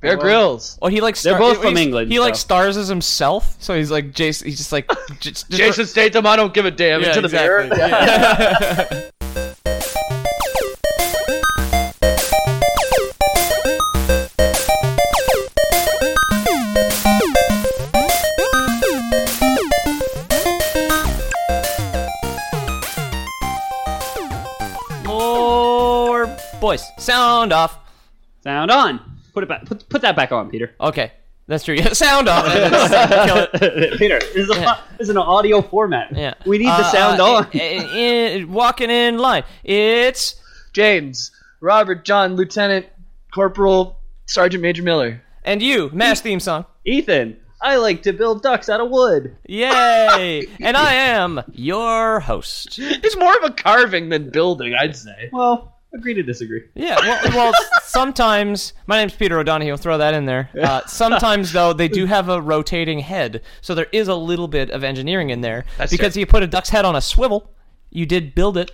Bear Grylls. Well, he like They're star- both he- from he's- England, He like so. stars as himself, so he's like Jason. He's just like just, just Jason Statham, I don't give a damn. Yeah, Into the exactly. mirror. Yeah. More boys, sound off. Sound on. Put it back. Put, put that back on, Peter. Okay, that's true. Yeah, sound off. Kill it. Peter, this is, a, this is an audio format. Yeah. We need the Uh, sound uh, on. i- i- i- eh, walking in line. It's James, Robert, John, Lieutenant, Corporal, Sergeant Major Miller. and you, Mash theme song. Ethan, I like to build ducks out of wood. Yay! and I am your host. It's more of a carving than building, I'd say. Well, agree to disagree. Yeah. Well, well sometimes my name's Peter O'Donohue. I'll throw that in there. Uh, sometimes though, they do have a rotating head, so there is a little bit of engineering in there. That's because true. you put a duck's head on a swivel. You did build it.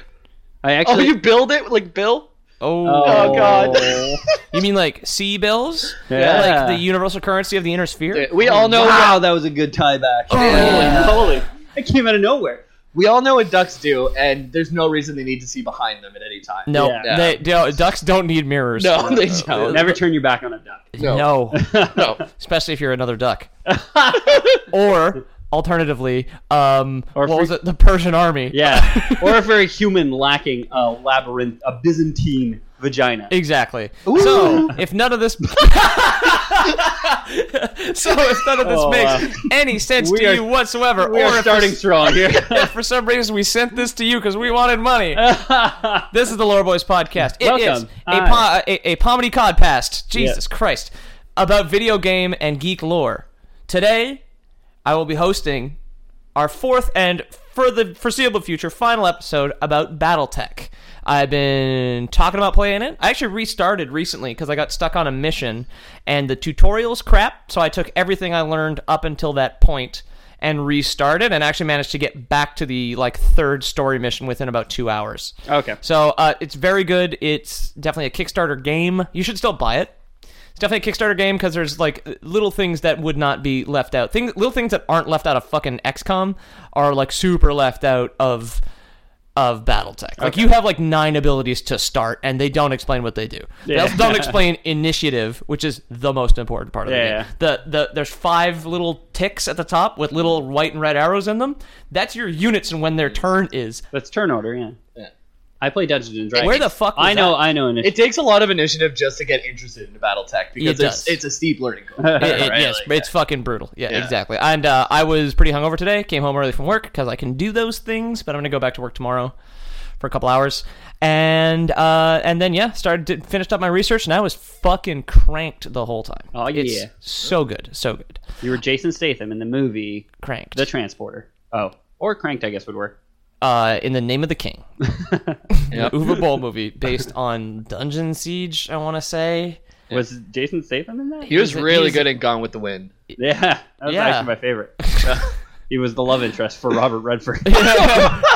I Oh, actually. you build it like Bill? Oh, Oh, God. You mean like sea bills? Yeah. Like the universal currency of the inner sphere? We all know. wow, that was a good tie back. Yeah. Holy, it came out of nowhere. We all know what ducks do, and there's no reason they need to see behind them at any time. No, Yeah. they, they- ducks don't need mirrors. no, they don't. Never turn your back on a duck. No. No. No. especially if you're another duck. or alternatively, um, Or what free- was it? The Persian army. Yeah. or if you're a human lacking a labyrinth, a Byzantine vagina. Exactly. So if none of this, so if none of this Oh, makes wow. any sense We to are- you whatsoever, We or are if starting strong here. For, if for some reason we sent this to you because we wanted money, this is the Lore Boys podcast. It is Welcome. a, po- a a comedy codcast. Jesus Christ, about video game and geek lore. Today, I will be hosting our fourth and for the foreseeable future final episode about Battletech. I've been talking about playing it. I actually restarted recently because I got stuck on a mission and the tutorials crap. So I took everything I learned up until that point and restarted and actually managed to get back to the like third story mission within about two hours. Okay. So uh, it's very good. It's definitely a Kickstarter game. You should still buy it. It's definitely a Kickstarter game because there's like little things that would not be left out. Things, little things that aren't left out of fucking XCOM are like super left out of of BattleTech. Like you have like nine abilities to start, and they don't explain what they do. They also don't explain initiative, which is the most important part of Yeah, the game. yeah. The the there's five little ticks at the top with little white and red arrows in them. That's your units and when their turn is. That's turn order, yeah. I play Dungeons and Dragons. Where the fuck was I know, that? I know. Initiative. It takes a lot of initiative just to get interested into BattleTech because It does. it's, it's a steep learning curve. It- it- right? yes, Like, it's fucking brutal. Yeah, Yeah. exactly. And uh, I was pretty hungover today. Came home early from work because I can do those things. But I'm gonna go back to work tomorrow for a couple hours. And uh, and then yeah, started did, finished up my research, and I was fucking cranked the whole time. Oh, It's yeah. so good, so good, You were Jason Statham in the movie cranked. The Transporter. Oh, or Cranked, I guess would work. uh, in the name of the king, the Uwe Boll movie based on Dungeon Siege. I want to say. Was Jason Statham in that? he was he's- really he's- good at Gone with the Wind. Yeah, that was Yeah. actually my favorite. he was the love interest for Robert Redford.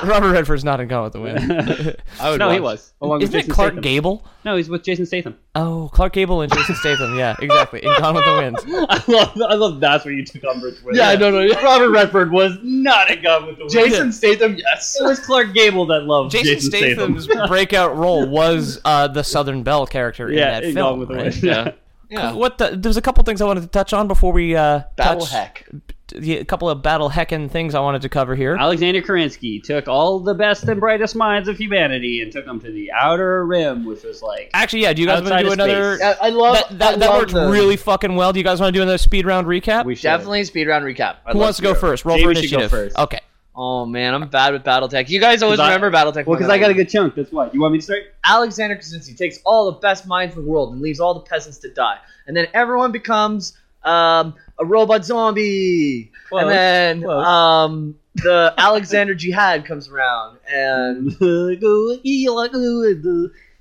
Robert Redford's not in Gone with the Wind. I would no, he watch- was. Along with Isn't it Jason Clark Statham. Gable? No, he's with Jason Statham. Oh, Clark Gable and Jason Statham. Yeah, exactly. In Gone with the Wind. I love, I love that's what you took umbrage with. Yeah, no, no. yeah. Robert Redford was not a gun with the Jason Statham, yes. It was Clark Gable that loved Jason, Jason, Statham. Statham's breakout role was uh, the Southern Belle character in yeah, that in film. Gone with the right? Wind. Yeah. Yeah. What the, there's a couple things I wanted to touch on before we uh, Battle touch- Heck. yeah, a couple of battle heckin' things I wanted to cover here. Alexander Kerensky took all the best and brightest minds of humanity and took them to the outer rim, which was like Actually, yeah. Do you guys want to Outside do of another? space. Yeah, I love That that, I that love worked the- really fucking well. Do you guys want to do another speed round recap? we should. Definitely speed round recap. I Who love wants to go speed round. first? Roll Jamie for should go initiative. first. Okay. Oh man, I'm bad with BattleTech. You guys always 'Cause I- remember BattleTech. Well, more because than I got a do. good chunk. That's why. You want me to start? Alexander Krasinski takes all the best minds in the world and leaves all the peasants to die, and then everyone becomes um, a robot zombie, Close, and then close. um, the Alexander Jihad comes around, and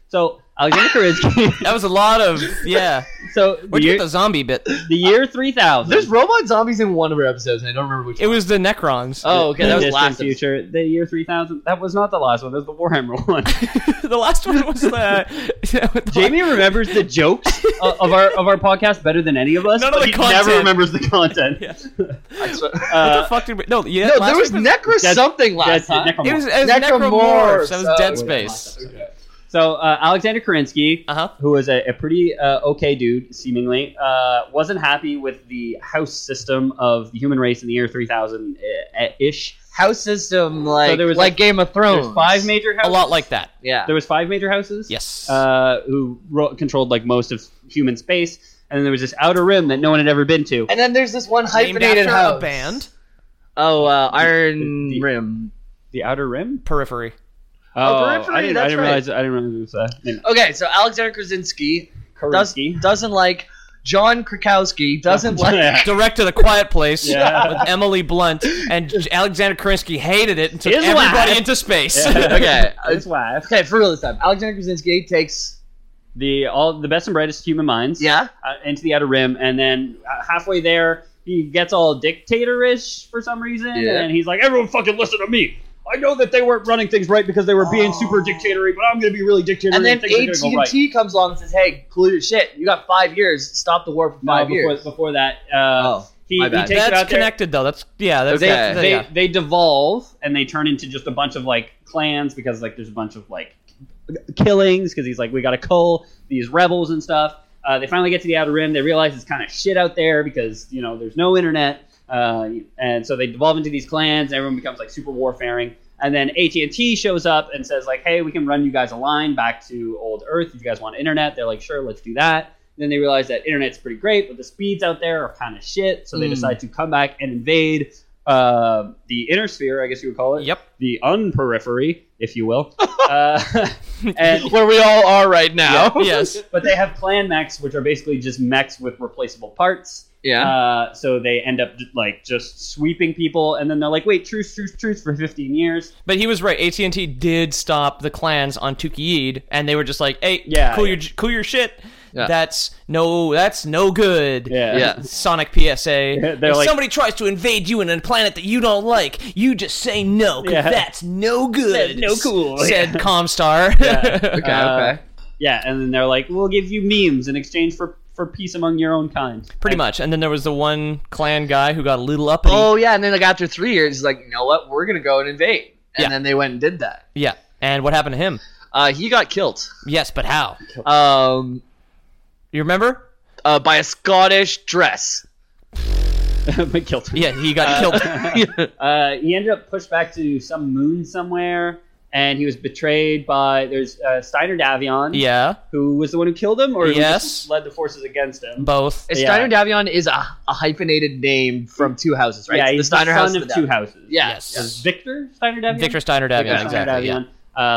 so Alexander Krasinski. That was a lot of yeah. so the Where'd you year, get the zombie bit? the year three there's thousand. robot zombies in one of our episodes, and I don't remember which. It was the Necrons. oh, okay, that was last episode. future. The year three thousand. That was not the last one. That was the Warhammer one. the last one was the. the Oh. Jamie remembers the jokes o- of our of our podcast better than any of us. None of but the he content. never remembers the content. Yeah. I swear- What Uh, the fuck did we? No, yeah, no, last there was one Necro That's- something last that's it, time. Necromorph. It was, it was Necromorphs. Necromorphs. That was Oh, Dead Space. Okay. So uh, Alexander Kerensky, Uh huh. who was a, a pretty uh, okay dude, seemingly, uh, wasn't happy with the house system of the human race in the year 3000 uh, ish. House system like there was, like like, Game of There's Thrones. five major A houses. lot like that. Yeah. There was five major houses. Yes. Uh, who ro- controlled like most of human space, and then there was this outer rim that no one had ever been to. And then there's this one Named hyphenated after house. a band. Oh, uh, Iron The- the- Rim. The outer rim? Periphery. Oh, periphery, I didn't, I that's didn't right. realize. I didn't realize it was uh, named Okay, so Alexander Krasinski does, Kerensky. doesn't like John Krakowski. Doesn't like. Yeah. Directed a Quiet Place Yeah. with Emily Blunt and J- Alexander Kerensky hated it and took His everybody wife. into space. Yeah. Okay, uh, His wife. okay, for real this time. Alexander Krasinski takes. the all the best and brightest human minds Yeah. uh, into the outer rim and then uh, halfway there he gets all dictatorish for some reason Yeah. and he's like everyone fucking listen to me i know that they weren't running things right because they were being super dictatory but i'm gonna be really dictatorial Oh. And then AT things and are gonna go right T comes along and says, "Hey, cool your shit. You got five years. Stop the war for No, five before, years." before that uh, Oh, he, my he bad. takes it out That's there connected though. That's yeah. That's Okay. that's- they, yeah. they devolve and they turn into just a bunch of like clans because like there's a bunch of like killings because he's like we gotta cull these rebels and stuff uh, they finally get to the outer rim they realize it's kind of shit out there because you know there's no internet uh, and so they devolve into these clans everyone becomes like super warfaring and then AT&T shows up and says like hey we can run you guys a line back to old earth if you guys want internet they're like sure let's do that then they realize that internet's pretty great, but the speeds out there are kind of shit. So they Mm. decide to come back and invade uh, the inner sphere, I guess you would call it. Yep. The unperiphery, if you will. uh, and where we all are right now. yes. but they have clan mechs, which are basically just mechs with replaceable parts. Yeah. Uh, so they end up like just sweeping people, and then they're like, "Wait, truce, truce, truce!" for 15 years. But he was right. AT and T did stop the clans on Tukiid, and they were just like, "Hey, Yeah, cool yeah. your cool your shit. Yeah. That's no, that's no good." Yeah. Yeah. Sonic PSA. They're if like- somebody tries to invade you in a planet that you don't like, you just say no. 'cause Yeah. That's no good. That's no cool. Said Comstar. Yeah. okay. uh, okay. Yeah, and then they're like, "We'll give you memes in exchange for for peace among your own kind." Pretty much. And then there was the one clan guy who got a little up. Oh yeah, and then like after three years, he's like, you know what? We're gonna go and invade. And Yeah. then they went and did that. Yeah. And what happened to him? Uh, he got killed. Yes, but how? Um, You remember? uh, by a Scottish dress. But killed. Yeah, he got killed. Uh, he ended up pushed back to some moon somewhere, and he was betrayed by there's uh, Steiner Davion, Yeah, who was the one who killed him, or who Yes. just led the forces against him. both. Uh, Yeah. Steiner Davion is a, a hyphenated name from two houses, right? Yeah, It's he's the Steiner the house son and of the two Davion. houses. Yeah. Yes. Yes. Victor Steiner Davion. Victor Steiner Davion, Victor Steiner exactly. yeah. Davion,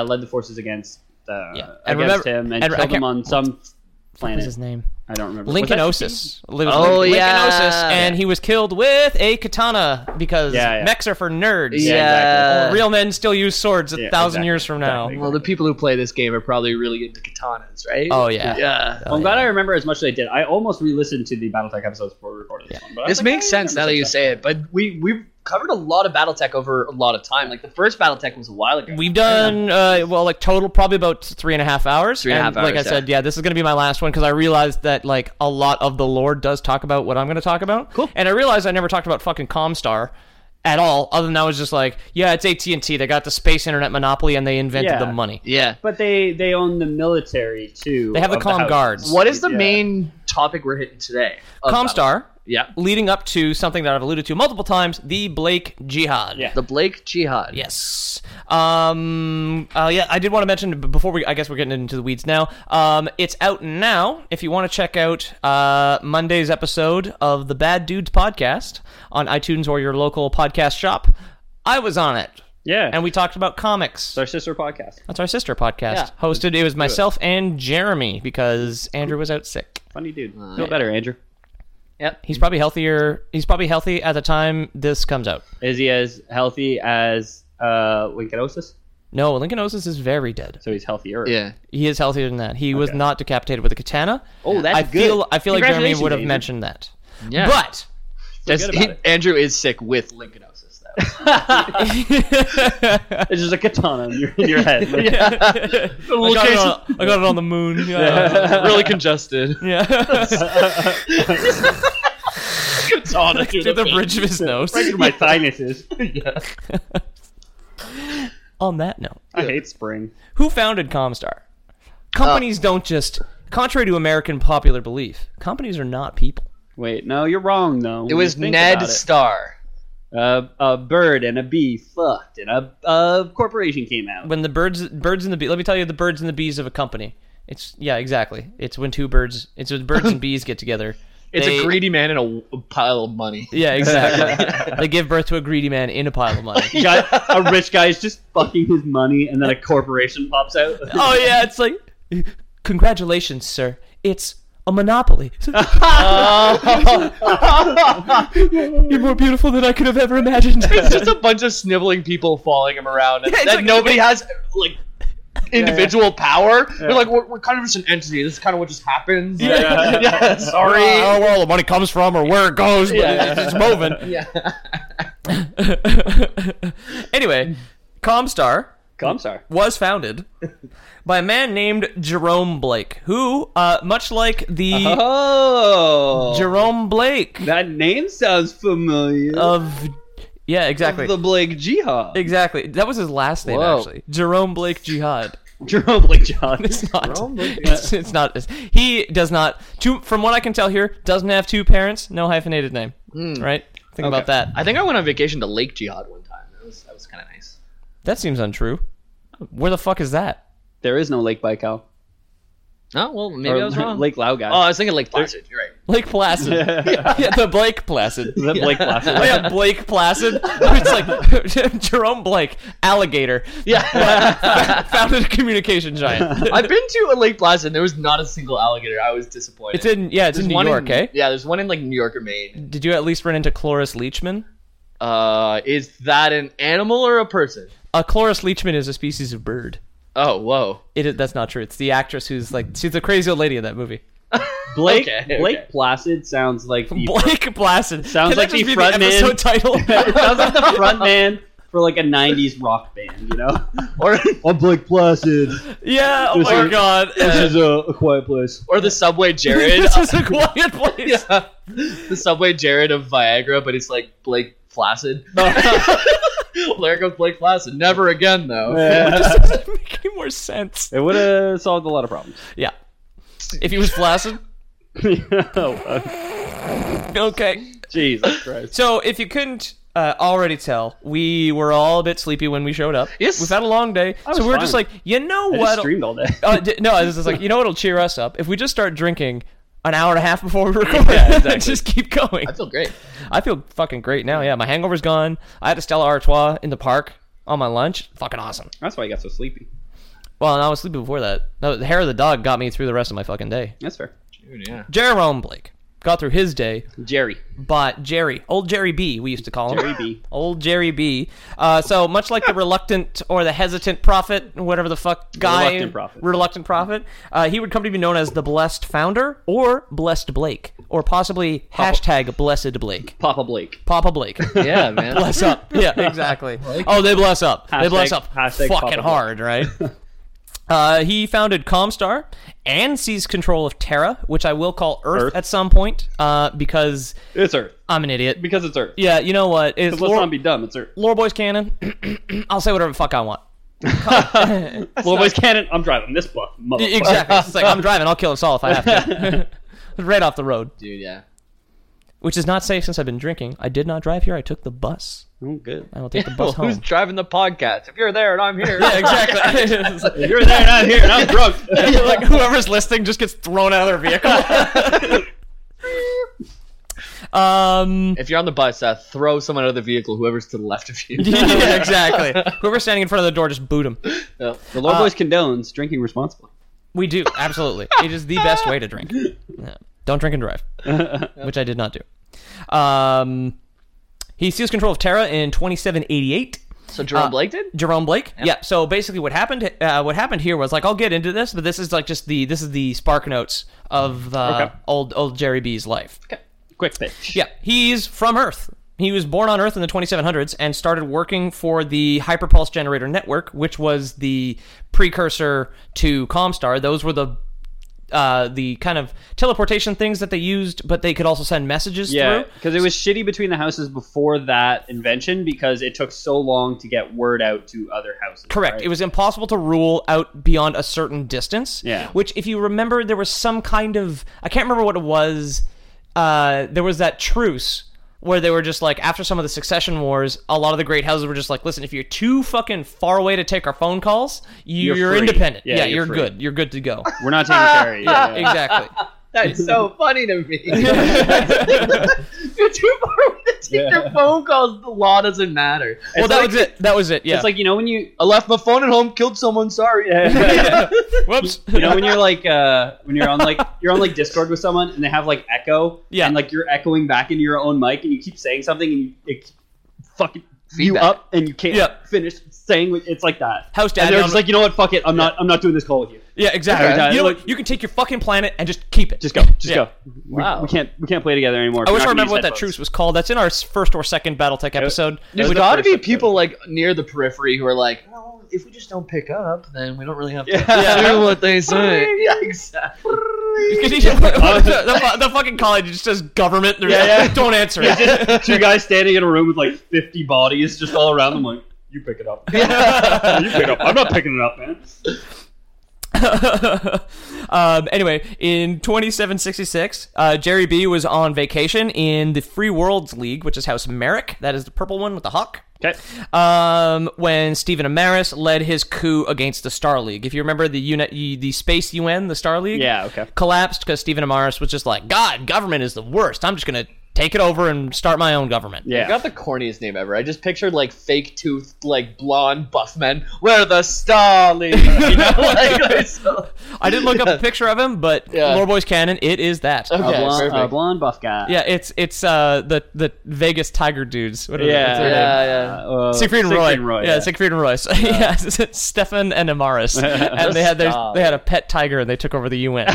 uh, led the forces against uh, Yeah. And against remember- him and, and I killed him can't- on some What was planet. his name? I don't remember. Was that Lincolnosis. Lives Oh, Lincolnosis, yeah. and he was killed with a katana because Yeah, yeah. mechs are for nerds. Yeah, Oh, Yeah. Real men still use swords a Yeah, thousand exactly, years from now. exactly. Well, the people who play this game are probably really into katanas, right? Oh yeah. Yeah. Well, I'm glad I remember as much as I did. I almost re-listened to the BattleTech episodes before we recorded this one. But I was This like, "Oh, makes I sense now remember that you some say it, but we we've covered a lot of BattleTech over a lot of time. Like the first BattleTech was a while ago. We've done uh, well, like total, probably about three and a half hours. Three and a half And Like hours, I said, yeah, this is gonna be my last one because I realized that like a lot of the lore does talk about what I'm gonna talk about. Cool. And I realized I never talked about fucking Comstar at all. Other than I was just like, yeah, it's AT and T. They got the space internet monopoly and they invented Yeah. the money. Yeah. But they they own the military too. They have the of calm house. guards. What is the Yeah. main topic we're hitting today? of Battle- Comstar. Yeah. leading up to something that I've alluded to multiple times, the Blake Jihad. Yeah. The Blake Jihad. Yes. Um. Uh, yeah. I did want to mention b- before we. I guess we're getting into the weeds now. Um. It's out now. If you want to check out uh Monday's episode of the Bad Dudes podcast on iTunes or your local podcast shop. I was on it, Yeah. and we talked about comics. it's our sister podcast. That's our sister podcast. Yeah. Hosted it was myself and Jeremy because Andrew was out sick. Funny dude. Uh, Feel better, Andrew. Yep. He's probably healthier. He's probably healthy at the time this comes out. Is he as healthy as uh, Linkinosis? No, Lincolnosis is very dead. So he's healthier. Yeah. He is healthier than that. He was Okay. not decapitated with a katana. Oh, that's I good. feel I feel like Jeremy Congratulations, would have Andrew. mentioned that. Yeah. But That's, Forget about he- it. Andrew is sick with lichenosis, though. It's just a katana in your, in your head. I, got it on, I got it on the moon. Yeah. really congested. yeah. Katana through to the bridge of his nose. Right through my sinuses. on that note, I hate spring. who founded Comstar? Companies don't just, contrary to American popular belief, companies are not people. Wait, no, you're wrong though. when It you was think Ned about it. Starr. a, a bird and a bee fucked, and a, a corporation came out. When the birds, birds and the bees, let me tell you, the birds and the bees of a company. It's yeah, exactly. It's when two birds, it's when birds and bees get together. It's They- a greedy man and a, a pile of money. Yeah, exactly. they give birth to a greedy man in a pile of money. Guy- a rich guy is just fucking his money, and then a corporation pops out. oh yeah, it's like, congratulations, sir. It's a monopoly. Oh. You're more beautiful than I could have ever imagined. It's just a bunch of sniveling people following him around, and Yeah, it's that like- nobody has like individual power. They're like, we're, we're kind of just an entity. This is kind of what just happens. Yeah. Yeah, sorry. Oh, where all the money comes from or where it goes, but Yeah. it's, it's moving. Yeah. anyway, Comstar Comstar. was founded by a man named Jerome Blake, who, uh, much like the Oh, Jerome Blake that name sounds familiar. of, yeah, exactly, The Blake Jihad. exactly. That was his last name Whoa. actually, Jerome Blake Jihad. Jerome Blake Jihad. It's not. Jerome Blake It's, it's not. it's- he does not. Two, from what I can tell here, doesn't have two parents. No hyphenated name. Hmm. Right. Think about that. I think I went on vacation to Lake Jihad one time. That was that was kind of nice. That seems untrue. Where the fuck is that? There is no Lake Baikal. Oh well, maybe Or I was wrong. Lake Lao Oh, I guy. was thinking Lake Placid. You're right. Lake Placid. yeah, the Blake Placid. the Blake Oh Placid. yeah, Blake Placid. It's like Jerome Blake, alligator, Yeah, founded a communication giant. I've been to a Lake Placid. and There was not a single alligator. I was disappointed. It's in yeah, it's in New one York, eh? Yeah, there's one in like New York or Maine. Did you at least run into Cloris Leachman? Uh, is that an animal or a person? Uh, Cloris Leachman is a species of bird. Oh, whoa. It is, that's not true. It's the actress who's like she's the crazy old lady in that movie. Blake Okay, okay. Blake Placid sounds like the Blake Placid. Sounds Can like that just be the the front man. episode title. sounds like the front man for like a '90s rock band, you know? Or I'm Blake Placid. yeah. Oh This my is- god. Uh, a, a quiet place. or the Subway Jared. this is a quiet place. the Subway Jared of Viagra, but it's like Blake Placid. there goes Blake Placid. Never again, though. it doesn't make any more sense. would have solved a lot of problems. Yeah. If he was flaccid, oh, okay. Jesus Christ. So if you couldn't uh, already tell, we were all a bit sleepy when we showed up. Yes. We've had a long day, was so we were just fine. like, you know I just what? streamed all day. Uh, d- no, this is like, you know what'll cheer us up if we just start drinking an hour and a half before we record. exactly. just keep going. I feel great. I feel fucking great now. Yeah, my hangover's gone. I had a Stella Artois in the park on my lunch. Fucking awesome. That's why I got so sleepy. Well, and I was sleepy before that. No, the hair of the dog got me through the rest of my fucking day. That's fair. Dude, yeah. Jerome Blake got through his day Jerry. but Jerry, old Jerry B, we used to call him. Jerry B. Old Jerry B. Uh, so much like the reluctant or the hesitant prophet, whatever the fuck guy, Reluctant prophet. reluctant prophet, uh, he would come to be known as the blessed founder or blessed Blake or possibly hashtag blessed Blake, Papa Blake. Papa Blake. Yeah, man. bless up. Yeah, exactly. Oh, they bless up. they Hashtag- bless up hashtag fucking Papa hard, right? Uh, he founded Comstar and seized control of Terra, which I will call Earth, Earth. at some point uh, because It's Earth. I'm an idiot. Because it's Earth. Yeah, you know what? It's Let's lore, not be dumb. It's Earth. lore boys canon. I'll say whatever the fuck I want. Little boys cannon. I'm driving this buck. E- Motherfucker. Exactly. It's like I'm driving. I'll kill us all if I have to. right off the road, Dude, yeah. which is not safe since I've been drinking. I did not drive here. I took the bus. Oh, good. I will take the Well, bus who's home. driving the podcast? If you're there and I'm here. Yeah, exactly. You're there and I'm here and I'm drunk. like whoever's listening just gets thrown out of their vehicle. Um, If you're on the bus, uh, throw someone out of the vehicle, whoever's to the left of you. yeah, exactly. Whoever's standing in front of the door, just boot him. Yeah. The Lord Uh, Boys condones drinking responsibly. We do absolutely. it is the best way to drink. Yeah. Don't drink and drive, which I did not do. Um, he seized control of Terra in 2788. So Jerome Blake did? Jerome Blake. Yeah. So basically, what happened? Uh, what happened here was like I'll get into this, but this is like just the this is the spark notes of uh, Okay. old old Jerry B's life. Quick pitch. Yeah, he's from Earth. He was born on Earth in the 2700s and started working for the Hyperpulse Generator Network, which was the precursor to Comstar. Those were the uh, the kind of teleportation things that they used, but they could also send messages Yeah, through. because it was shitty between the houses before that invention because it took so long to get word out to other houses. Correct. right? It was impossible to rule out beyond a certain distance. Yeah. Which, if you remember, there was some kind of I can't remember what it was. Uh, there was that truce where they were just like after some of the succession wars, a lot of the great houses were just like, listen, if you're too fucking far away to take our phone calls, you, You're you're, free. independent. Yeah, Yeah, you're you're, free. good. You're good to go. We're not taking care. Yeah, yeah. exactly. That's so funny to me. You're too far away to take your phone calls. The law doesn't matter. well, that like- was it. That was it. Yeah. It's like you know when you I left my phone at home, killed someone, sorry. whoops. you know when you're like uh, when you're on like you're on like Discord with someone and they have like echo. Yeah. And like you're echoing back into your own mic and you keep saying something and you, it fucking you Feedback. up and you can't Yeah. finish saying what- it's like that. House dad and they're down- just like you know what? Fuck it. I'm not. I'm not doing this call with you. yeah, exactly. Every time, You know like- what? You can take your fucking planet and just keep it. Just go. Just Yeah. go. We, Wow. we can't. We can't play together anymore. I We're wish I not gonna remember what use that headphones. truce was called. That's in our s- first or second BattleTech episode. There's was the got to first be episode. people like near the periphery who are like, well, if we just don't pick up, then we don't really have to Yeah. do what they say. yeah, exactly. the, the fu- the fucking college just says government. They're Yeah, just like, yeah. Don't answer it. Two guys standing in a room with like 50 bodies just all around them. Like you pick it up. you pick it up. I'm not picking it up, man. um, anyway, in 2766, uh, Jerry B was on vacation in the Free Worlds League, which is House Merrick. That is the purple one with the hawk. Okay. Um, when Stephen Amaris led his coup against the Star League. If you remember the uni- the Space UN, the Star League. Yeah, okay. Collapsed because Stephen Amaris was just like, God, government is the worst. I'm just gonna take it over and start my own government. I got the corniest name ever. I just pictured like fake toothed, like blonde buff men. We're the Star League. You know, like, like, so- I did look up a picture of him, but Yeah. Lord Boy's canon, it is that. Uh, Okay, A, blonde, perfect. a blonde buff guy. Yeah, it's it's uh the the Vegas Tiger dudes. What are they- what's Yeah. their name? yeah, yeah. Uh, Siegfried and Roy. yeah, yeah. Siegfried and Roy. So, yeah, Stefan and Amaris, and they had their, Stop. they had a pet tiger, and they took over the UN.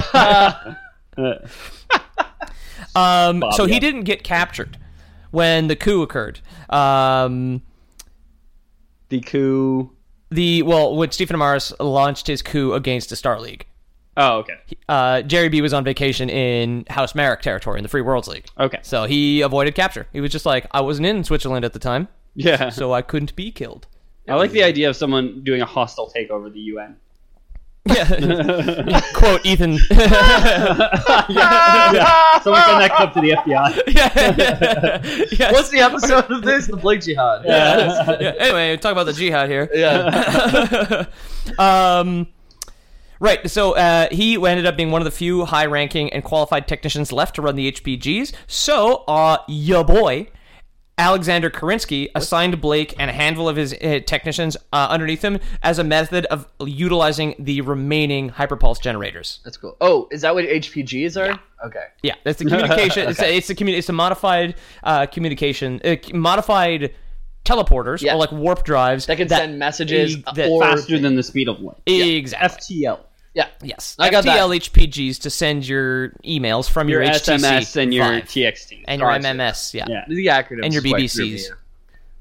um, so he yeah. didn't get captured when the coup occurred. Um, the coup. the well, when Stephen Amaris launched his coup against the Star League, Oh, okay. uh, Jerry B was on vacation in House Merrick territory in the Free Worlds League. Okay. So he avoided capture. He was just like, I wasn't in Switzerland at the time, Yeah. so I couldn't be killed. I like the idea of someone doing a hostile takeover of the UN. Yeah. Quote Ethan. Someone send Ah! that clip to the FBI. Yes. What's the episode of this? The Blake Jihad. Yeah, Anyway, talk about the jihad here. yeah. Um, right. So uh, he ended up being one of the few high-ranking and qualified technicians left to run the HPGs. So, uh, ya boy. Alexander Kerensky assigned Blake and a handful of his uh, technicians uh, underneath him as a method of utilizing the remaining hyperpulse generators. That's cool. Oh, is that what HPGs are? Okay. Yeah, that's the communication. It's a, it's a commu- It's a modified uh, communication. Uh, c- modified teleporters Yeah. or like warp drives That can send messages e- that- or- Faster than the speed of light. exactly. FTL. Yeah. yes, I got that. FTLHPGs to send your emails from your, Your HTC SMS and your drive. TXT. and your Gotcha. MMS. Yeah. Yeah. The acronyms. And your quite BBCs. threw me, yeah.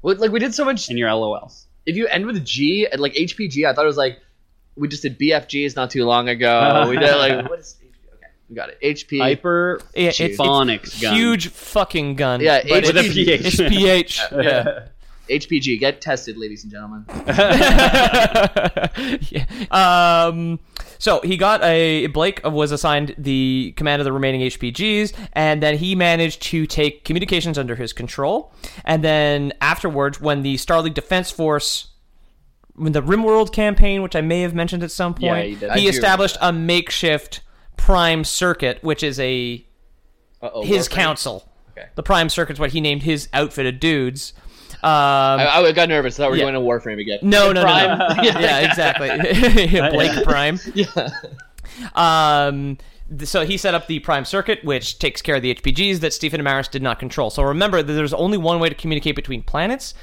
Well, like we did so much. And your LOLs. If you end with G and like HPG, I thought it was like we just did BFGs not too long ago. We did like what is HPG? okay, we got it. HP. Hyper Yeah, it's- it's phonics gun. Huge fucking gun. Yeah, but With H- a It's- PH. it's PH. yeah. HPG. Get tested, ladies and gentlemen. yeah. Um, so he got a Blake was assigned the command of the remaining HPGs, and then he managed to take communications under his control. And then afterwards, when the Star League Defense Force, when the Rimworld campaign, which I may have mentioned at some Yeah, point, you did. I he do established a makeshift prime circuit, which is a Uh-oh, his Warframe. council. okay. The Prime Circuit's what he named his outfit of dudes. Um, I, I got nervous. I thought we were Yeah. going to Warframe again. no, no, no, no. Prime. yeah, exactly. Blake Prime. Yeah. Um, th- so he set up the Prime Circuit, which takes care of the HPGs that Stephen Amaris did not control. So remember that there's only one way to communicate between planets.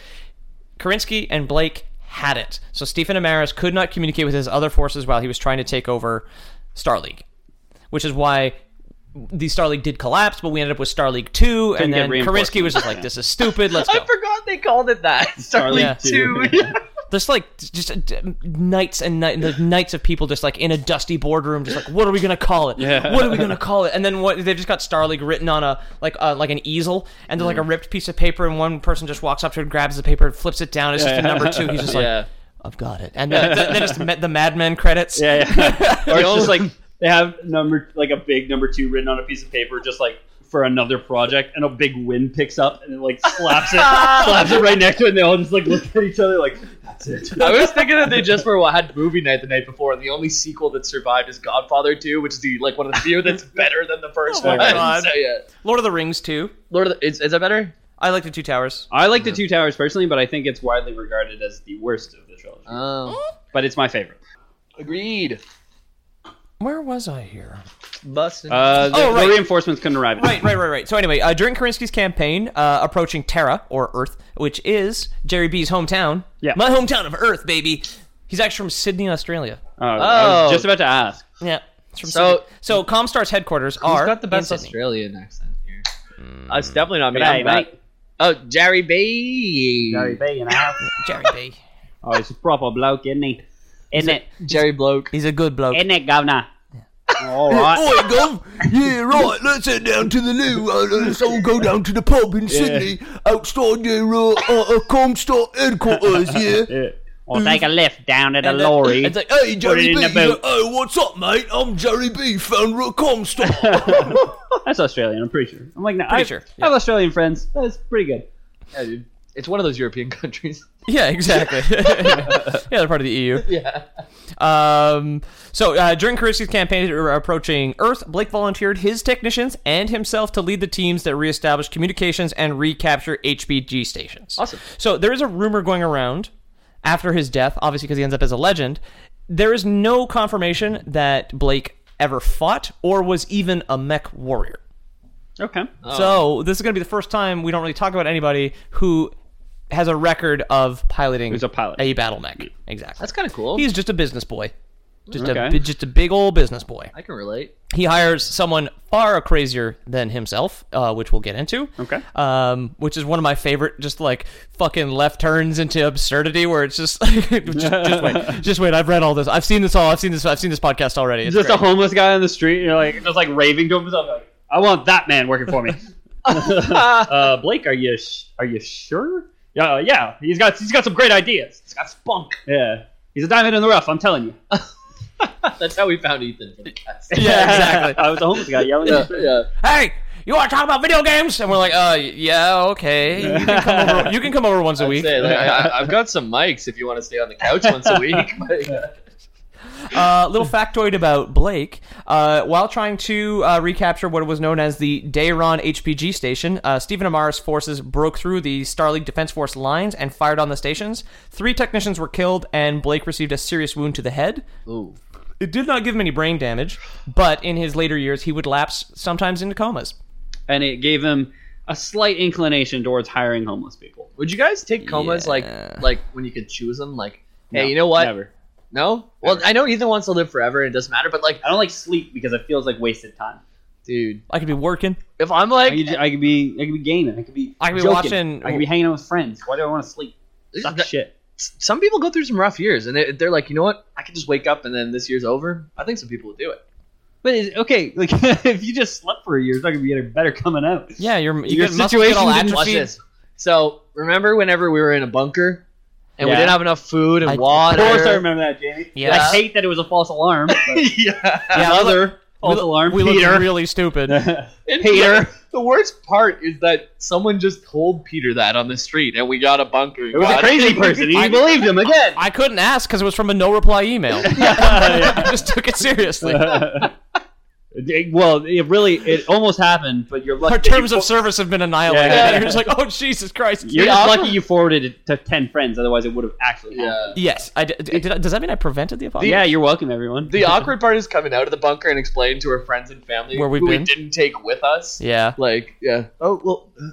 Kerensky and Blake had it. So Stephen Amaris could not communicate with his other forces while he was trying to take over Star League, which is why the Star League did collapse, but we ended up with Star League 2, and get then Kerensky was reinforcements, just like, yeah. this is stupid, let's go. I forgot they called it that. Starlink Yeah. Two. There's like just uh, d- nights and night, the nights of people just like in a dusty boardroom, just like what are we gonna call it? Yeah. What are we gonna call it? And then what they've just got Star League written on a like uh, like an easel, and there's like a Mm. ripped piece of paper, and one person just walks up to it, grabs the paper, and flips it down. It's just a number two. He's just like, Yeah. I've got it. And then, then just met the Mad Men credits. Yeah, yeah. or it's just like they have number like a big number two written on a piece of paper, just like for another project, and a big wind picks up and it like slaps it, slaps it right next to it, and they all just like look at each other like that's it. I was thinking that they just were had movie night the night before, and the only sequel that survived is Godfather 2, which is the like one of the few that's better than the first Oh my one. God. So yeah, Lord of the Rings too. Lord of the, is, is that better? I like the Two Towers. I like the Two Towers personally, but I think it's widely regarded as the worst of the trilogy. Oh, but it's my favorite. agreed. Where was I here? Busting. Uh, the, Oh, right. the reinforcements couldn't arrive. Right, right, right, right. So anyway, uh, during Kerensky's campaign, uh, approaching Terra or Earth, which is Jerry B's hometown, Yeah. my hometown of Earth, baby. He's actually from Sydney, Australia. Oh, I Oh. was just about to ask. Yeah, it's from So- Sydney. so Comstar's headquarters are He's got the in best Sydney. Australian accent here. That's definitely not me. G'day, I'm bad. mate. Oh, Jerry B. Jerry B. Oh, he's a proper bloke, isn't he? Isn't it? Jerry Bloke. He's a good bloke. Isn't it, governor? All right. Gov. Yeah, right. Let's head down to the loo. Uh, let's all go down to the pub in Sydney, outside their uh, uh, uh, Comstock headquarters. Yeah. I'll take a lift down to the And then- lorry. It's like, oh, Hey, Jerry in B. the He's boot. like, oh, what's up, mate? I'm Jerry B. Founder of Comstock. That's Australian, I'm pretty sure. I'm like, no, I, sure, I have Australian friends. That's pretty good. Yeah, dude. It's one of those European countries. Yeah, exactly. yeah, they're part of the EU. Yeah. Um, so uh, during Kerensky's campaign uh, approaching Earth, Blake volunteered his technicians and himself to lead the teams that reestablished communications and recapture HBG stations. Awesome. So there is a rumor going around after his death, obviously because he ends up as a legend. There is no confirmation that Blake ever fought or was even a mech warrior. Okay. Uh, Um, So this is going to be the first time we don't really talk about anybody who has a record of piloting Who's a pilot. a battle mech. Exactly. That's kind of cool. He's just a business boy. Just a Okay. bi- just a big old business boy. I can relate. He hires someone far crazier than himself, uh, which we'll get into. Okay. Um, which is one of my favorite, just like fucking left turns into absurdity, where it's just, just, just wait, just wait. I've read all this. I've seen this all. I've seen this. I've seen this podcast already. It's just great. a homeless guy on the street, and you're like, just like raving to himself, like, I want that man working for me. uh, Blake, are you sh- are you sure? Yeah, uh, yeah. He's got he's got some great ideas. He's got spunk. Yeah, he's a diamond in the rough. I'm telling you. That's how we found Ethan. For the cast. Yeah, exactly. I was a homeless guy yelling. yeah, at me. yeah. hey, you want to talk about video games? And we're like, uh, yeah, okay. You can come over, you can come over once a week. Say, like, I, I- I've got some mics if you want to stay on the couch once a week. uh, little factoid about Blake. Uh, while trying to uh, recapture what was known as the Dayron HPG station, uh, Stephen Amara's forces broke through the Star League Defense Force lines and fired on the stations. Three technicians were killed, and Blake received a serious wound to the head. Ooh. It did not give him any brain damage, but in his later years, he would lapse sometimes into comas. And it gave him a slight inclination towards hiring homeless people. Would you guys take comas Yeah. like like when you could choose them? Like, hey, No, you know what? Never. No. Well, I know Ethan wants to live forever, and it doesn't matter. But like, I don't like sleep because it feels like wasted time. dude, I could be working. if I'm I like, could, I could be I could be gaming. I could be I could be joking. watching- I could be hanging out with friends. Why do I want to sleep? this is Suck not- shit. some people go through some rough years, and they, they're like, you know what? I could just wake up, and then this year's over. I think some people would do it. But it's, okay, like if you just slept for a year, it's not gonna be any better coming out. Yeah, your your, Your muscles get all situation's in- Watch atrophied. this. So remember, whenever we were in a bunker, and we Yeah. didn't have enough food and I- Of water. course, I remember that, Jamie. Yeah. I hate that it was a false alarm. but yeah. Yeah, we look- Another we false look- alarm, We Peter. look really stupid. And Peter. The, the worst part is that someone just told Peter that on the street, and we got a bunker. it was a crazy person. He believed him again. I Uh-huh. couldn't ask because it was from a no reply email. I just took it seriously. It- well, it really it almost happened, but you're lucky. Her that you terms of for- service have been annihilated. Yeah. You're just like, oh Jesus Christ. you're Yeah. just lucky you forwarded it to ten friends, otherwise it would have actually happened. Yeah. Yes, I, d- d- did I- does that mean I prevented the apocalypse? Yeah, you're welcome, everyone. The awkward part is coming out of the bunker and explaining to our friends and family Where we've who been. we didn't take with us. Yeah. Like, yeah. Oh well, uh,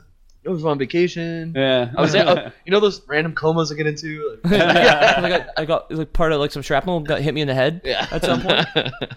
I was on vacation. yeah, I was, uh, you know those random comas I get into. Like, I got, I got like part of like some shrapnel got hit me in the head. yeah. At some point.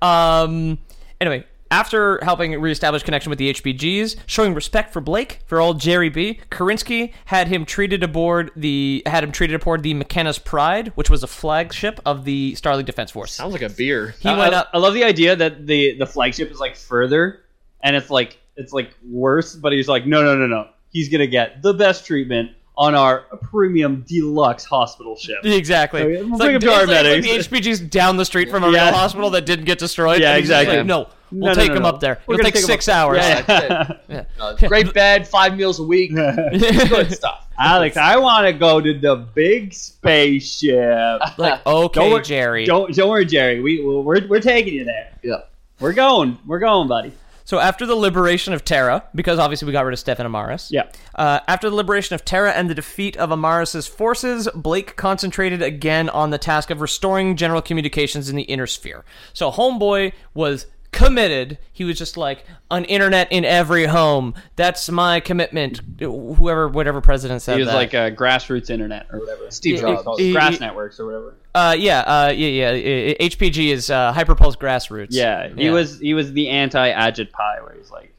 Um. Anyway, after helping reestablish connection with the HBGs, showing respect for Blake for old Jerry B, Kerensky had him treated aboard the had him treated aboard the McKenna's Pride, which was a flagship of the Starling Defense Force. Sounds like a beer. He went I, up. I love the idea that the the flagship is like further, and it's like it's like worse. But he's like, no, no, no, no. He's gonna get the best treatment on our premium deluxe hospital ship. Exactly. So, yeah, It's we'll like, bring him to it's our like- it's medics. like the HBG's down the street from a Yeah. real hospital that didn't get destroyed. Yeah, and he's just exactly. like, no, No, we'll no, take no, him no. up there. We're It'll gonna take take him six up- hours. Yeah. Uh, great bed, five meals a week. Good stuff. Alex, I want to go to the big spaceship. Like, okay, Don't worry- Jerry. Don't don't worry, Jerry. We we're we're- we're taking you there. Yeah. We're going. We're going, buddy. So after the liberation of Terra, because obviously we got rid of Stefan Amaris. Yeah. Uh, after the liberation of Terra and the defeat of Amaris' forces, Blake concentrated again on the task of restoring general communications in the inner sphere. So Homeboy was committed. He was just like, an internet in every home. That's my commitment. Whoever, whatever president said He was that. like a grassroots internet or whatever. Steve Jobs. it- grass networks or whatever. uh, yeah, uh, yeah, yeah. uh, HPG is uh, Hyperpulse Grassroots. Yeah, he was he was the anti Agitpie, where he's like,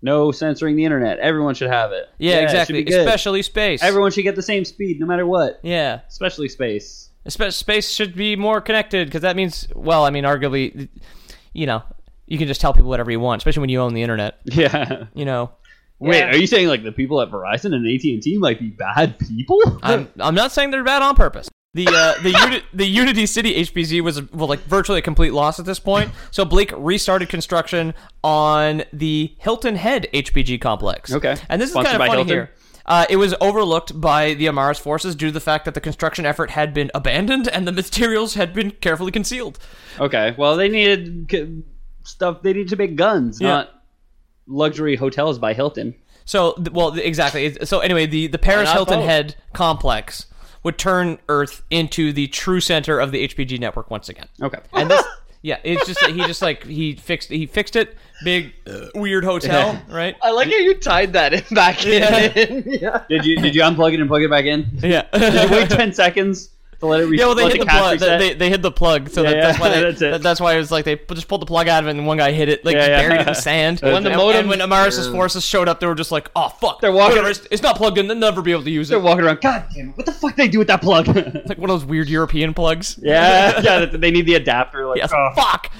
no censoring the internet. Everyone should have it. Yeah, it should exactly. be good. Especially space. everyone should get the same speed, no matter what. Yeah. Especially space. Sp- space should be more connected because that means well i mean arguably you know you can just tell people whatever you want especially when you own the internet Yeah. you know Wait, Yeah. are you saying like the people at Verizon and AT and T might be bad people? i'm, I'm not saying they're bad on purpose the uh, the Uni- the Unity City HPZ was well, like virtually a complete loss at this point. So Blake restarted construction on the Hilton Head HPG complex. Okay. and this is Sponsored kind of by funny Hilton. here. Uh, it was overlooked by the Amara's forces due to the fact that the construction effort had been abandoned and the materials had been carefully concealed. okay, well they needed c- stuff. They needed to make guns, not luxury hotels by Hilton. So, th- well, th- exactly. It's- So, anyway, the, the Paris not Hilton both? Head complex would turn Earth into the true center of the HPG network once again. Okay, And this, yeah, it's just that he just like he fixed he fixed it. Big weird hotel, right? I like how you tied that in back in. yeah. did you did you unplug it and plug it back in? Yeah. Did you yeah. wait ten seconds to let it? Re- Well, they let hit the cache plug. They, reset? they, they hit the plug, so Yeah, that, that's why yeah, they, that's it. that- that's why it was like they p- just pulled the plug out of it, and one guy hit it, like Yeah, just yeah. buried it in the sand. When the and, modem- and when Amaris' forces showed up, they were just like, "Oh fuck, they're walking- It's, it's not plugged in. They'll never be able to use it." They're walking around. God damn it! What the fuck they do with that plug? like one of those weird European plugs. yeah, yeah. They need the adapter. Like, Yes. oh. Fuck.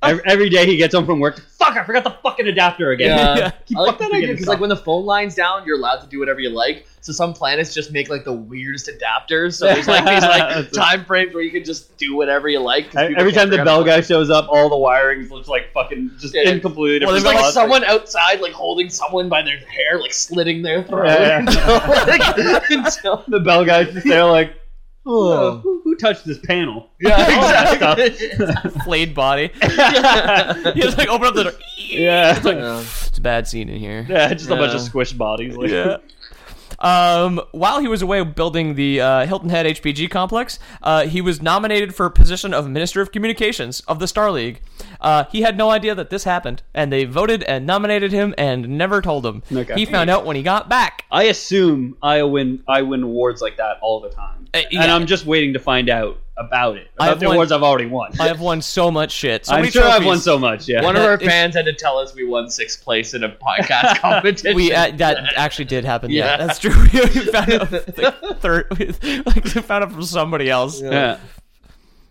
Every, every day he gets home from work. Fuck! I forgot the fucking adapter again. Yeah. Keep I like that fucking idea forgetting because, stuff. like, when the phone line's down, you're allowed to do whatever you like. So some planets just make like the weirdest adapters. So there's like these like time frames where you can just do whatever you like. 'cause E- people Every can't time the figure out bell how to- guy shows up, all the wiring looks like fucking just Yeah. incomplete. Well, It there's was like lost. someone outside, like holding someone by their hair, like slitting their throat. Yeah, Like, until- the bell guy's just there, like, oh, who, who touched this panel? yeah, exactly. Flayed body. yeah, He just like open up the door. yeah, It's a bad scene in here. just a bunch of squished bodies. Like, Um, while he was away building the uh, Hilton Head HPG complex, uh, he was nominated for a position of Minister of Communications of the Star League. Uh, he had no idea that this happened, and they voted and nominated him and never told him. Okay. He found out when he got back. I assume I win. I win awards like that all the time, Uh, yeah. and I'm just waiting to find out about it. I About have the won- awards I've already won. I have won so much shit. So I'm many sure I've trophies. won so much. Yeah. One of That our is- fans had to tell us we won sixth place in a podcast competition. We uh, that actually did happen. Yeah, Yeah. that's true. we found out like, third, like we found out from somebody else. yeah.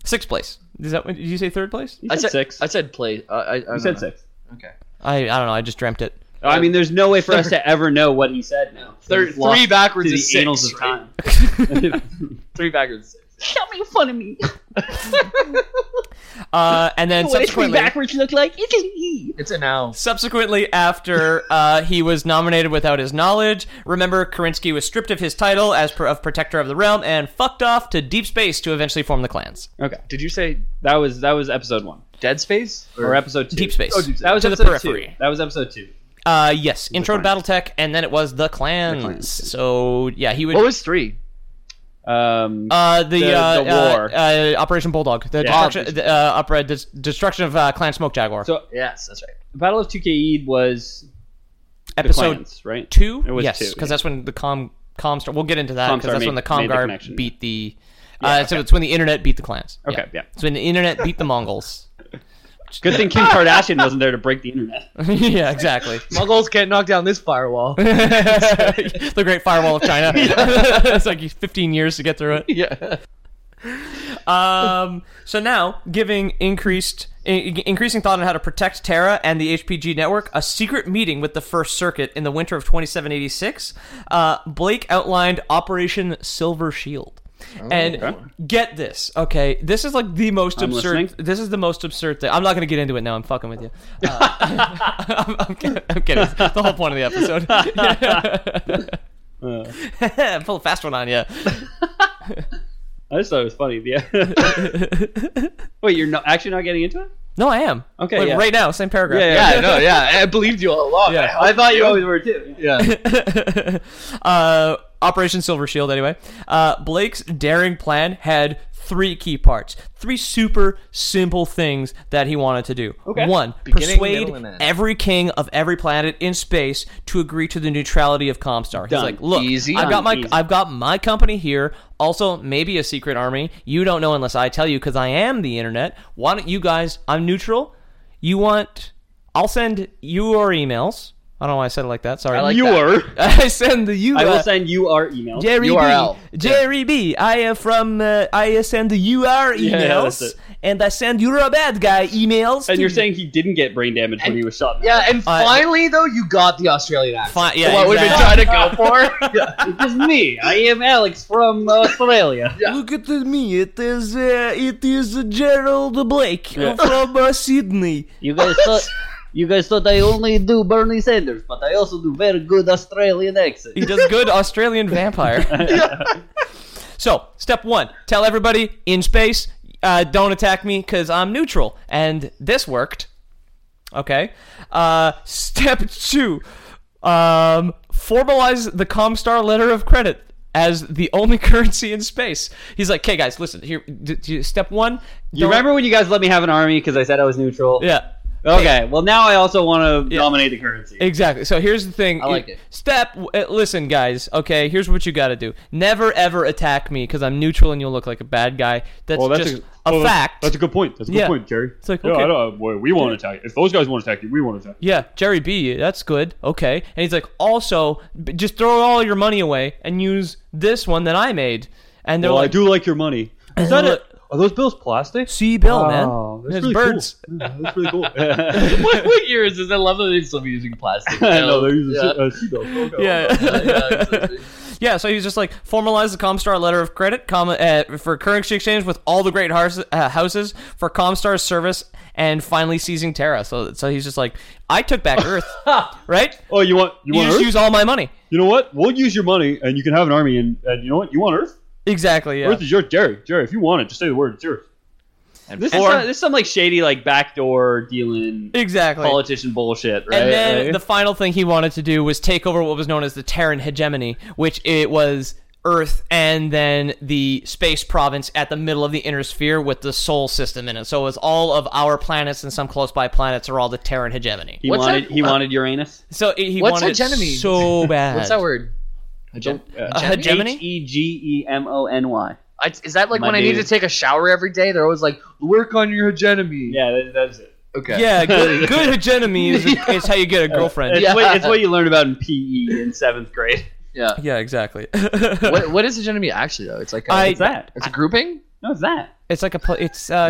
Sixth place. Is that what did you say? Third place? You I said, said six. I said play. Uh, I, I you don't said know. six. Okay. I I don't know. I just dreamt it. I mean, there's no way for us to ever know what he said now. Thir- We've lost three backwards to the is six. annals of right? time. Three backwards is six. Stop making fun of me. Uh, and then what does me subsequently, backwards look like? It's an E. It's an owl. subsequently after uh, he was nominated without his knowledge, remember Kerensky was stripped of his title as pr- of Protector of the Realm and fucked off to deep space to eventually form the clans. Okay, Did you say that was that was episode one Dead Space? or episode two. Deep space. Oh, deep space. That was To the episode periphery. two. That was episode two. Uh, yes, intro to BattleTech, and then it was the clans. So yeah, he would. What was three? Um, Uh, the, The- uh, the uh, war. Uh, Operation Bulldog, the Yeah. destruction, the, uh, opera, dis- destruction of uh, Clan Smoke Jaguar. So- Yes, that's right. the Battle of 2Ke was the episode Clans, right? two, It was yes, two, because yeah. that's when the com Comstar. We'll get into that Comstar because that's made- when the made the Comgar connection. beat the. Uh, So it's when the internet beat the clans. Okay, yeah. It's when the internet beat the Mongols. Good thing Kim Kardashian wasn't there to break the internet. yeah, exactly. Mongols can't knock down this firewall. the Great Firewall of China. it's like 15 years to get through it. Yeah. Um, so now, giving increased in- increasing thought on how to protect Terra and the HPG network, a secret meeting with the First Circuit in the winter of 2786, uh, Blake outlined Operation Silver Shield. Oh, and get this, okay? This is like the most I'm absurd. listening. This is the most absurd thing. I'm not going to get into it now. I'm fucking with you. Uh, I'm, I'm kidding. I'm kidding. It's the whole point of the episode. Pull a fast one on you. I just thought it was funny. Yeah. Wait, you're not actually not getting into it? No, I am. Okay, Like, yeah. right now, same paragraph. Yeah, no, yeah. I believed you all along. Yeah. I thought you always were too. Yeah. uh, Operation Silver Shield, anyway. Uh, Blake's daring plan had three key parts, three super simple things that he wanted to do. One, Beginning, persuade middle, and end. every king of every planet in space to agree to the neutrality of Comstar. He's Done. like, look, Easy. I've got my Done. Easy. I've got my company here. Also, maybe a secret army. You don't know unless I tell you because I am the internet. Why don't you guys? I'm neutral. You want? I'll send your emails. I don't know why I said it like that. Sorry. like you that. were. I send the U. I uh, will send you our email. Jerry URL. B. Jerry B. I am from. Uh, I send the UR emails, yeah, that's it. and I send you're a bad guy emails. And to- you're saying he didn't get brain damage when he was shot. in the yeah, head. and Uh, finally though, you got the Australian accent. Fine, yeah, what we've been exactly. trying to go for. it was me. I am Alex from uh, Australia. Look at me. It is. Uh, it is Gerald Blake Yeah. from uh, Sydney. You guys thought you guys thought I only do Bernie Sanders, but I also do very good Australian accent. He does good Australian vampire. so, step one: tell everybody in space, uh, don't attack me because I'm neutral, and this worked. Okay. Uh, step two: um, formalize the Comstar letter of credit as the only currency in space. He's like, "Okay, guys, listen. Here, d- d- step one. You remember when you guys let me have an army because I said I was neutral? Yeah." Okay. Well, now I also want to dominate the currency. Exactly. So here's the thing. I like it. Step. uh, Listen, guys. Okay. Here's what you got to do. Never ever attack me because I'm neutral and you'll look like a bad guy. That's, just a, fact. That's a good point. That's a good Yeah. point, Jerry. It's like, Yeah, okay. I don't, well, we won't attack. If those guys won't attack you, we won't attack. yeah, Jerry B. That's good. Okay. And he's like, also, b- just throw all your money away and use this one that I made. And they're Well, I like, do like your money. Is that it? Are those bills plastic? see Bill, Oh, man. that's It's really birds. Cool. Yeah, that's really cool. what, what year is this? I love that they still be using plastic. no, they're using Yeah. uh, seatbelts. Okay. Yeah. yeah, so he's just like formalize the Comstar letter of credit comma, uh, for currency exchange with all the great hars- uh, houses for Comstar's service and finally seizing Terra. So so he's just like, I took back Earth, right? Oh, you want you You want just Earth? use all my money. you know what? We'll use your money, and you can have an army. And, and you know what? You want Earth? Exactly. Yeah. Earth is yours, Jerry. Jerry, if you want it, just say the word. It's yours. This is, some, this is some like shady like backdoor dealing exactly. politician bullshit, right? and then Right? the final thing he wanted to do was take over what was known as the Terran hegemony, which it was Earth and then the space province at the middle of the inner sphere with the Sol system in it. So it was all of our planets and some close by planets are all the Terran hegemony. he What's wanted that- he wanted Uranus. So it- he What's wanted it hegemony? so bad. What's that word? A H hegemony? e g e m o n y. I, is that like My when I need dude. to take a shower every day? They're always like, work on your hegemony. Yeah, that, that's it. Okay. Yeah, good, good hegemony is, is how you get a girlfriend. It's, what, it's what you learn about in PE in seventh grade. Yeah. Yeah, exactly. What, what is hegemony actually though? It's like a, I- It's that. it's a grouping. No, it's that. it's like a pl- it's uh,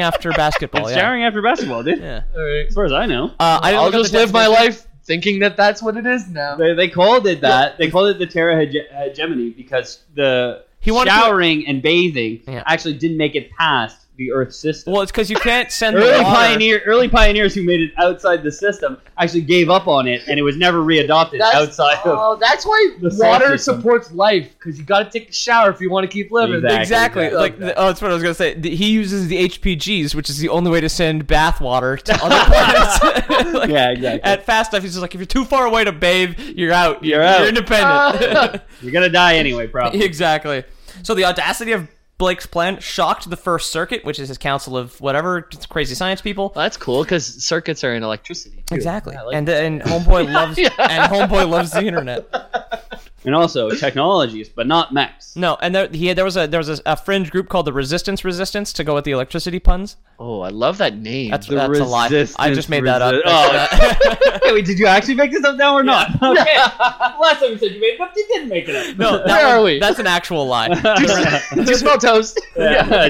after basketball. It's Oh, yeah. showering after basketball, dude. Yeah. As far as I know. Uh, I didn't I'll look up just the live my definition. life thinking that that's what it is now. They, they called it that. They called it the Terra hege- hegemony uh, because the He wanted to- showering and bathing Yeah. actually didn't make it past the Earth system. Well, it's because you can't send the early water. pioneer, early pioneers who made it outside the system actually gave up on it, and it was never readopted That's- outside of. Oh, that's why The water solar system. supports life because you got to take a shower if you want to keep living. Exactly. Exactly. Exactly. Like, the, oh, that's what I was gonna say. The- he uses the HPGs, which is the only way to send bathwater to other planets. Like, Yeah, exactly. At fast stuff, he's just like, if you're too far away to bathe, you're out. You're out. You're independent. You're gonna die anyway, probably. exactly. So the audacity of Blake's plan shocked the First Circuit, which is his council of whatever it's crazy science people. Well, that's cool because circuits are in electricity. Too. Exactly. and and homeboy loves and homeboy loves the internet. And also technologies, but not maps. No, and there he had, there was a there was a, a fringe group called the Resistance Resistance to go with the electricity puns. Oh, I love that name. That's The that's a lie. I Resistance just made that up. Resi- Wait, did you actually make this up now or not? Okay. Last time you said you made it up, you didn't make it up. no, that Oh, Where was- are we? That's an actual lie. Two small toes. Yeah,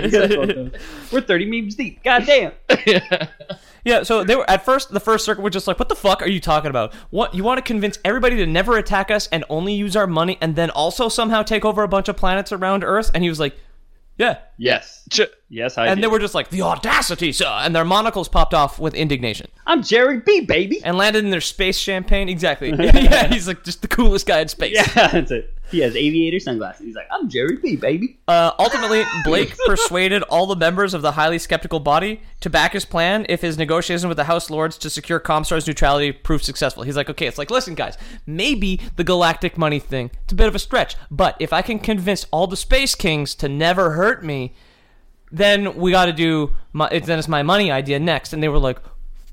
We're 30 memes deep. God damn. yeah, so they were at first the first circuit were just like, "What the fuck are you talking about? What you want to convince everybody to never attack us and only use our money and then also somehow take over a bunch of planets around Earth?" And he was like, "Yeah." Yes. Yes, I And did. they were just like, "The audacity, sir!" And their monocles popped off with indignation. I'm Jerry B, baby. and landed in their space champagne. Exactly. yeah, he's like just the coolest guy in space. Yeah, that's it. He has aviator sunglasses. He's like, I'm Jerry B, baby. Uh, ultimately, Blake persuaded all the members of the highly skeptical body to back his plan if his negotiation with the House Lords to secure Comstar's neutrality proved successful. He's like, okay, it's like, listen, guys, maybe the galactic money thing, it's a bit of a stretch, but if I can convince all the space kings to never hurt me, then we got to do my, it's- then it's my money idea next. And they were like,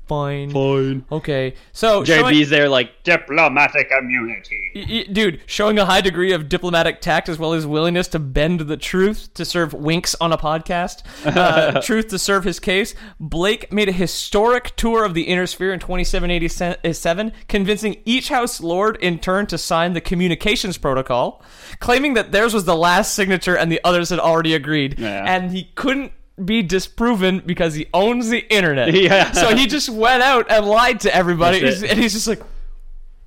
fine. Fine. Okay. So, Jerry showing- B's there like, Diplomatic immunity. Y- Dude, showing a high degree of diplomatic tact as well as willingness to bend the truth to serve winks on a podcast, uh, truth to serve his case, Blake made a historic tour of the inner sphere in 2787, convincing each House Lord in turn to sign the communications protocol, claiming that theirs was the last signature and the others had already agreed. And he couldn't be disproven because he owns the internet. Yeah. So he just went out and lied to everybody. That's it. And he's just like,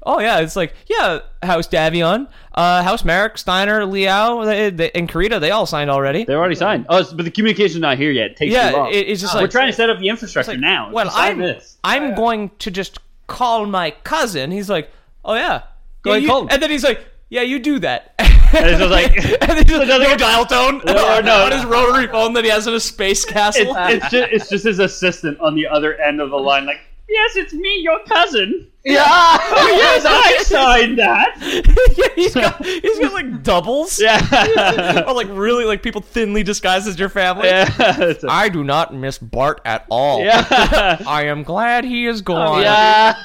Oh yeah, it's like yeah, House Davion, uh, House Merrick, Steiner, Liao, they, they, and Karita, they all signed already. they're already signed. Oh, it's- but the communication's not here yet. It takes too Yeah, long. it, it's just We're like trying to set up the infrastructure it's like, now. Well, Just sign I'm this. I'm going to just call my cousin. He's like, oh yeah, Go Yeah, and you- call him. and then he's like, yeah, you do that. And it's just like- and then he's like, no dial tone No, no. on his rotary phone that he has in a space It's, castle. it's just it's just his assistant on the other end of the line, like, yes, it's me, your cousin. Yeah. Oh yes, I signed that. yeah, he's got he's got like doubles. Yeah, or like really like people thinly disguised as your family. yeah. it's a- I do not miss Bart at all. yeah. I am glad he is gone. Oh, Yeah.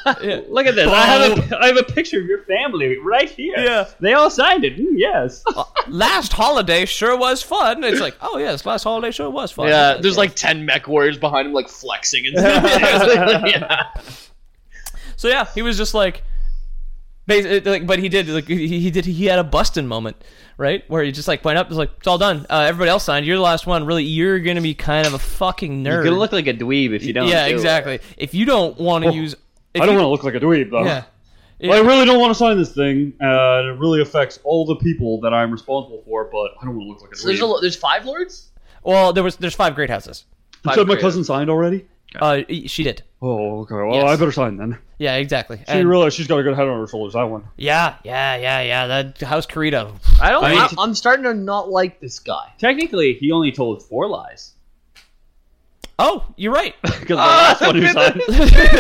Look at this. I have a I have a picture of your family right here. Yeah. They all signed it. Mm, yes. Uh, Last holiday sure was fun. It's like, oh yes, last holiday sure was fun. Yeah, there's like ten mech warriors behind him, like flexing and stuff. yeah. so yeah, he was just like, basi- like but he did like he he did he had a bustin' moment, right? Where he just like went up, was like, it's all done. Uh, everybody else signed. You're the last one. Really, you're gonna be kind of a fucking nerd. like a dweeb if you don't. yeah, exactly. If you don't want to use, if I don't you- want to look like a dweeb though. Yeah. Well, I really don't want to sign this thing. Uh, it really affects all the people that I'm responsible for, but I don't want to look like a So there's a dweeb. lo- there's five lords. Well, there was there's five great houses. so my cousin signed already? Uh, she did. Oh, okay. Well, Yes. I better sign then. Yeah, exactly. She And- realized she's got a good head on her shoulders. That one. Yeah, yeah, yeah, yeah. That House Carita. I don't. I mean- I I'm starting to not like this guy. Technically, he only told four lies. Oh, you're right. Because the last one who signed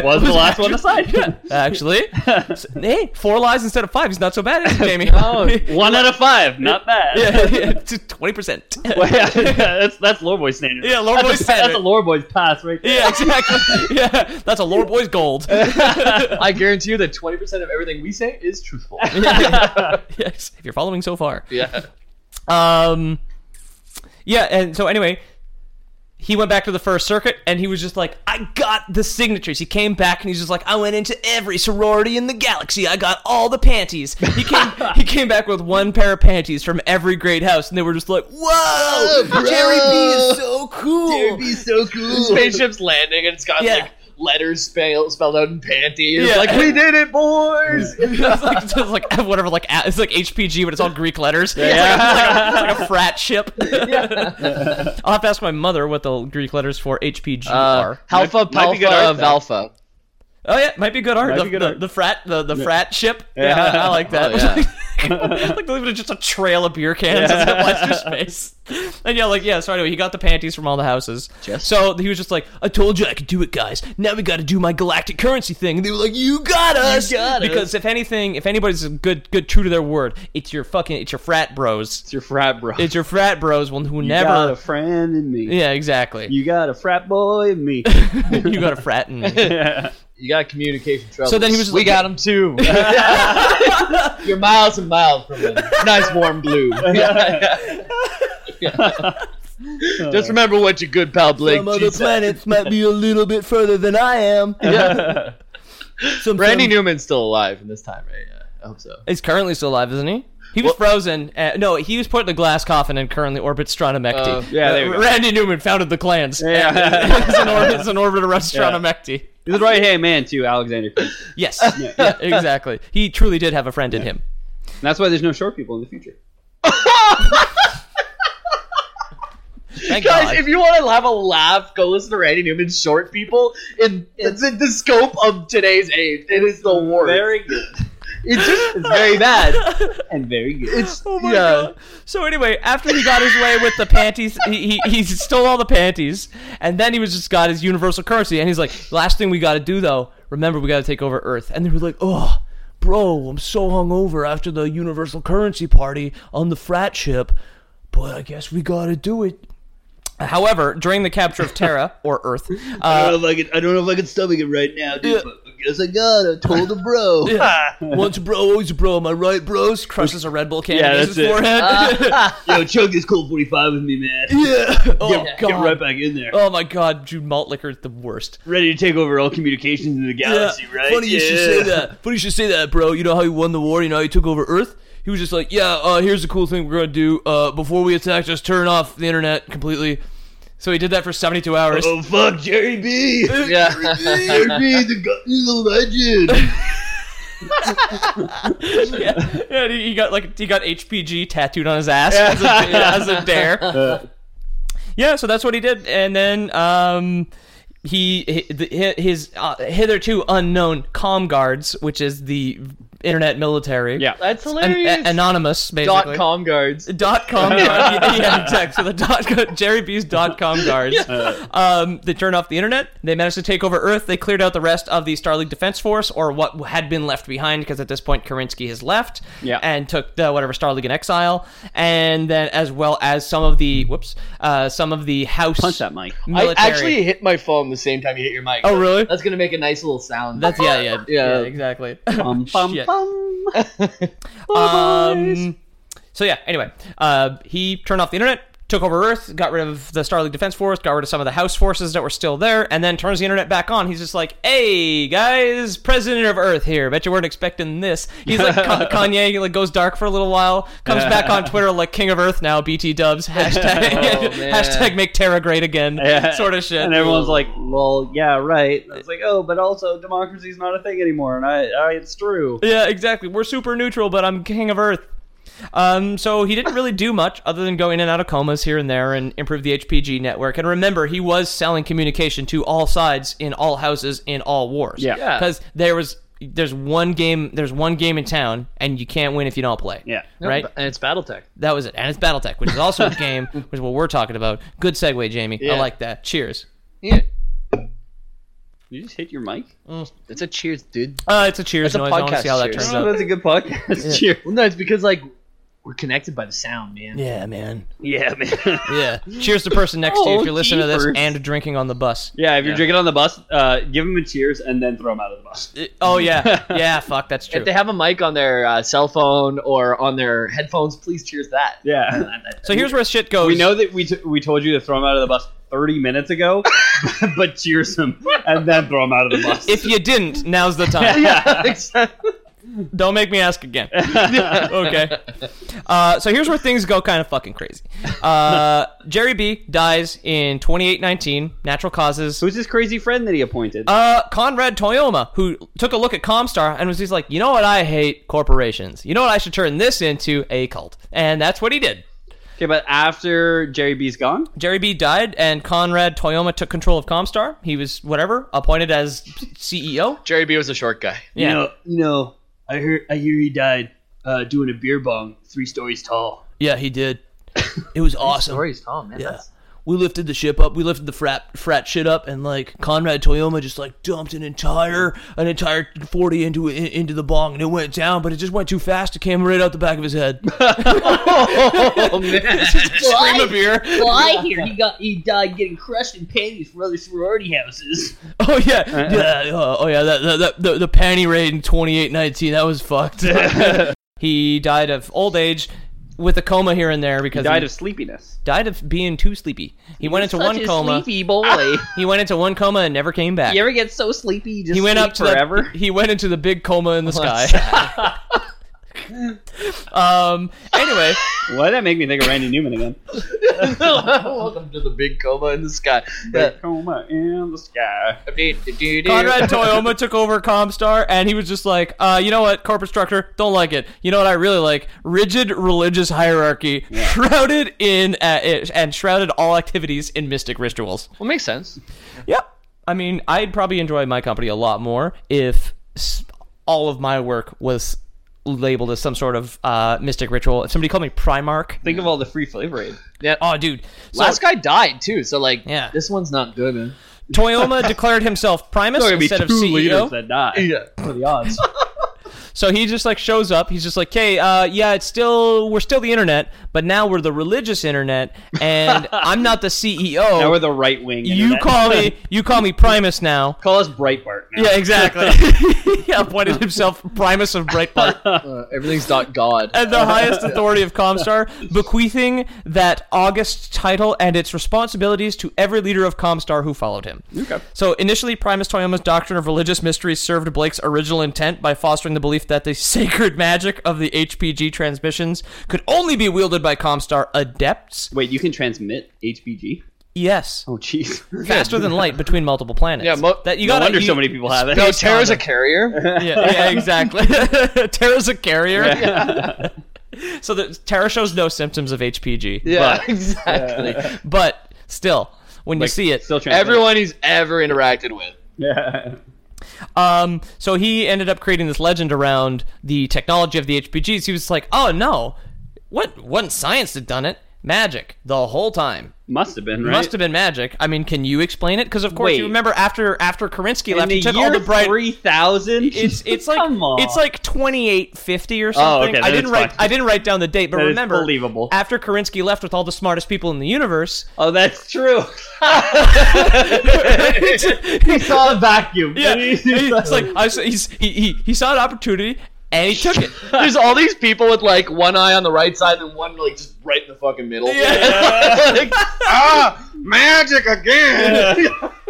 was the last one to sign. Actually, S- hey, four lies instead of five. He's not so bad, is he, Jamie? Oh. One out of five, not bad. twenty percent. Well, yeah, that's that's Loreboy standard. Yeah, Lore Boy's that's, a- that's a standard. Loreboy's pass right there. Yeah, exactly. Yeah, that's a lore boy's gold. I guarantee you that twenty percent of everything we say is truthful. yes, if you're following so far. yeah. Um, yeah, and so anyway, he went back to the first circuit and he was just like, I got the signatures. He came back and he's just like, I went into every sorority in the galaxy. I got all the panties. He came he came back with one pair of panties from every great house and they were just like, Whoa, Oh, Jerry B is so cool. Spaceship's landing and it's got Yeah. like letters spell, spelled out in panties. Yeah. Like we did it, boys. it's, like, it's like whatever, like a- it's like HPG, but it's all Greek letters. Yeah. It's, like a, it's like a frat ship. I'll have to ask my mother what the Greek letters for HPG Uh, are. Halpha, Might- might be Palpha, good art, though. Valpha. Oh yeah, might be good art. Might The, be good the, art. the frat, the, the frat ship. Yeah, I, I like that. Oh, yeah. like leaving it just a trail of beer cans in Lester's space. And yeah, like yeah. So anyway, he got the panties from all the houses. so he was just like, "I told you I could do it, guys. Now we got to do my galactic currency thing." And they were like, "You got us!" got us. because if anything, if anybody's good, good, true to their word, it's your fucking, it's your frat bros. It's your frat bro. It's your frat bros who You got never. a friend in me. yeah, exactly. You, You got a frat boy in me. got a frat and You got communication trouble. So then he was just we like- got him too. You're miles and miles from him. Nice warm blue. Just remember what your good pal Blake Some other G said. planets might be a little bit further than I am. Some Randy Newman's still alive in this time, right? Yeah, I hope so. He's currently still alive, isn't he? He was frozen. Uh, no, he was put in a glass coffin and currently orbits Stronomecti. Oh. Yeah, there you go. Randy Newman founded the clans. Yeah. He's in orbit, he's in orbit around Stronomecti. He's the right hand man too, Alexander. Prince. Yes, Yeah, exactly. He truly did have a friend in him. And that's why there's no short people in the future. Thank Guys, God. if you want to have a laugh, go listen to Randy Newman's Short People in the, the scope of today's age. It is the worst. Very good it's just it's very bad. and very good. It's Oh my yeah. god. So anyway, after he got his way with the panties, he, he he stole all the panties, and then he was just got his universal currency, and he's like, last thing we got to do though, remember we got to take over Earth, and they were like, oh. Bro, I'm so hungover after the universal currency party on the frat ship, but I guess we gotta do it. However, during the capture of Terra or Earth, uh, I, could, I don't know if I can stomach it right now, dude. But I guess I gotta. Told the bro. once a bro, always a bro. Am I right, bros? Crushes a Red Bull can Yeah, against that's his it. forehead. Yo, chug this cold 45 with me, man. yeah. Oh god. Get right back in there. Oh my god, Jude malt liquor is the worst. Ready to take over all communications in the galaxy, right? Funny you should say that. Funny you should say that, bro. You know how he won the war? You know how he took over Earth? He was just like, yeah, uh, here's the cool thing we're going to do. Uh, before we attack, just turn off the internet completely. So he did that for 72 hours. Oh fuck, Jerry B. Yeah. Jerry B. The, go- the legend. yeah. yeah, and he he got like he got HPG tattooed on his ass as, a, as a dare. Yeah, so that's what he did, and then um, he hi- the- hi- his uh, hitherto unknown Com Guards, which is the internet military. Yeah. That's An- hilarious. a- anonymous basically. Dot com guards. dot com yeah, yeah exactly so the dot com, jerry b's dot com guards um, they turn off the internet they managed to take over earth they cleared out the rest of the star league defense force or what had been left behind because at this point kerensky has left Yeah. and took the whatever star league in exile and then as well as some of the whoops uh, some of the house Punch that mic. I military. actually hit my phone the same time you hit your mic. oh really That's gonna make a nice little sound. that's yeah yeah yeah, Yeah. exactly Bum, bum, Shit. bum. Um, so yeah. Anyway, uh, he turned off the internet, took over Earth, got rid of the Star League Defense Force, got rid of some of the House forces that were still there, and then turns the internet back on. He's just like, "Hey guys, President of Earth here. Bet you weren't expecting this." He's like Ka- Kanye, he, like goes dark for a little while, comes back on Twitter like King of Earth now. BT Dubs Oh, hashtag man. hashtag Make Terra Great Again Yeah. sort of shit. And everyone's like, "Lol, yeah, right." And It's like, "Oh, but also democracy's not a thing anymore." And I, I it's true. Yeah, exactly. We're super neutral, but I'm king of Earth. Um, so he didn't really do much other than go in and out of comas here and there and improve the HPG network. And remember, he was selling communication to all sides in all houses in all wars. Yeah. Yeah. because there was there's one game there's one game in town, and you can't win if you don't play. Yeah. right. And it's BattleTech. That was it, and it's BattleTech, which is also a game, which is what we're talking about. Good segue, Jamie. I Yeah. like that. Cheers. Yeah. You just hit your mic. It's a cheers, dude. Uh, it's a cheers That's a noise. I want to podcast see how that cheers. turns Oh, out. that's a good podcast. Yeah. Well, no, it's because like we're connected by the sound, man. Yeah, man. yeah, man. Yeah. Cheers to the person next to you if Oh, you're listening to this jeepers. and drinking on the bus. Yeah, if you're drinking on the bus, uh, give him a cheers and then throw him out of the bus. Uh, Oh yeah, yeah. Fuck, that's true. If they have a mic on their uh, cell phone or on their headphones, please cheers that. Yeah. So here's where shit goes. We know that we, t- we told you to throw him out of the bus 30 minutes ago, but cheers him and then throw him out of the bus. if you didn't, now's the time. yeah. Exactly. Don't make me ask again. okay. Uh, so here's where things go kind of fucking crazy. Uh, Jerry B dies in 2819, natural causes. Who's his crazy friend that he appointed? Uh, Conrad Toyoma, who took a look at Comstar and was just like, you know what, I hate corporations. You know what, I should turn this into a cult. And that's what he did. okay, but after Jerry B's gone, Jerry B died, and Conrad Toyoma took control of Comstar. He was, whatever, appointed as CEO. Jerry B was a short guy. Yeah. you know, I hear I hear he died uh, doing a beer bong three stories tall. Yeah, he did. It was awesome. Stories, Tom. Man, Yeah. that's- We lifted the ship up. We lifted the frat frat shit up, and like Conrad Toyoma just like dumped an entire an entire forty into in, into the bong, and it went down, but it just went too fast. It came right out the back of his head. Scream of beer. Well, I hear he got he died getting crushed in panties for other sorority houses. Oh yeah, Uh-huh. yeah. uh, oh yeah. That, that, that the, the panty raid in twenty eight nineteen. That was fucked. He died of old age with a coma here and there because he Died of sleepiness. died of being too sleepy. He, went into Such one a coma. sleepy boy. He went into one coma and never came back. you ever get so sleepy you just he went sleep up to forever? The, he went into the big coma in the sky. um. Anyway, Why did that make me think of Randy Newman again? Welcome to the big coma in the sky. Yeah. Coma in the sky. Conrad Toyoma took over Comstar, and he was just like, uh, you know what, corporate structure, don't like it. You know what I really like? Rigid religious hierarchy, shrouded in uh, it, and shrouded all activities in mystic rituals. Well, makes sense. Yep. I mean, I'd probably enjoy my company a lot more if s- all of my work was labeled as some sort of uh, mystic ritual. If somebody called me Primarch, Think of all the free flavor aid. oh, dude. So Last guy died too, so like, Yeah. this one's not good. Man. Toyoma declared himself Primus There'll be instead two of E CEO. leaders that die. Yeah. What are the odds? So he just like shows up. He's just like, "Hey, uh, yeah, it's still we're still the internet, but now we're the religious internet, and I'm not the CEO. now we're the right wing. you internet. call me, you call me Primus now. call us Breitbart. Now. Yeah, exactly. he appointed himself Primus of Breitbart Uh, everything's not God. and the highest authority of Comstar, bequeathing that august title and its responsibilities to every leader of Comstar who followed him. Okay. So initially, Primus Toyoma's doctrine of religious mystery served Blake's original intent by fostering the belief that the sacred magic of the HPG transmissions could only be wielded by Comstar adepts. Wait, you can transmit HBG? Yes, Oh, jeez. faster than light between multiple planets. Yeah, mo- that you No gotta- wonder you- so many people have it. no, Tara's a carrier. Yeah, yeah, exactly. Terra's a carrier. so the, Terra shows no symptoms of HPG. yeah, exactly. but still, when you see it, Still transmit. Everyone he's ever interacted with. Yeah. Um, so he ended up creating this legend around the technology of the HPGs. He was like, "Oh no, what? Wasn't science that done it? Magic the whole time. Must have been, right? Must have been magic. I mean, can you explain it? Because of course, Wait. you remember after after Kerensky In left, he the took year all the bright. 3000? It's it's like Come on. Oh, it's like twenty eight fifty or something. okay, I then didn't it's write fine. I didn't write down the date, but That is remember, believable. after Kerensky left with all the smartest people in the universe, Oh, that's true. he saw a vacuum. yeah, it's like I, was- he's, he, he he saw an opportunity and he took it. There's all these people with like one eye on the right side and one like just right in the fucking middle. Like, ah, magic again.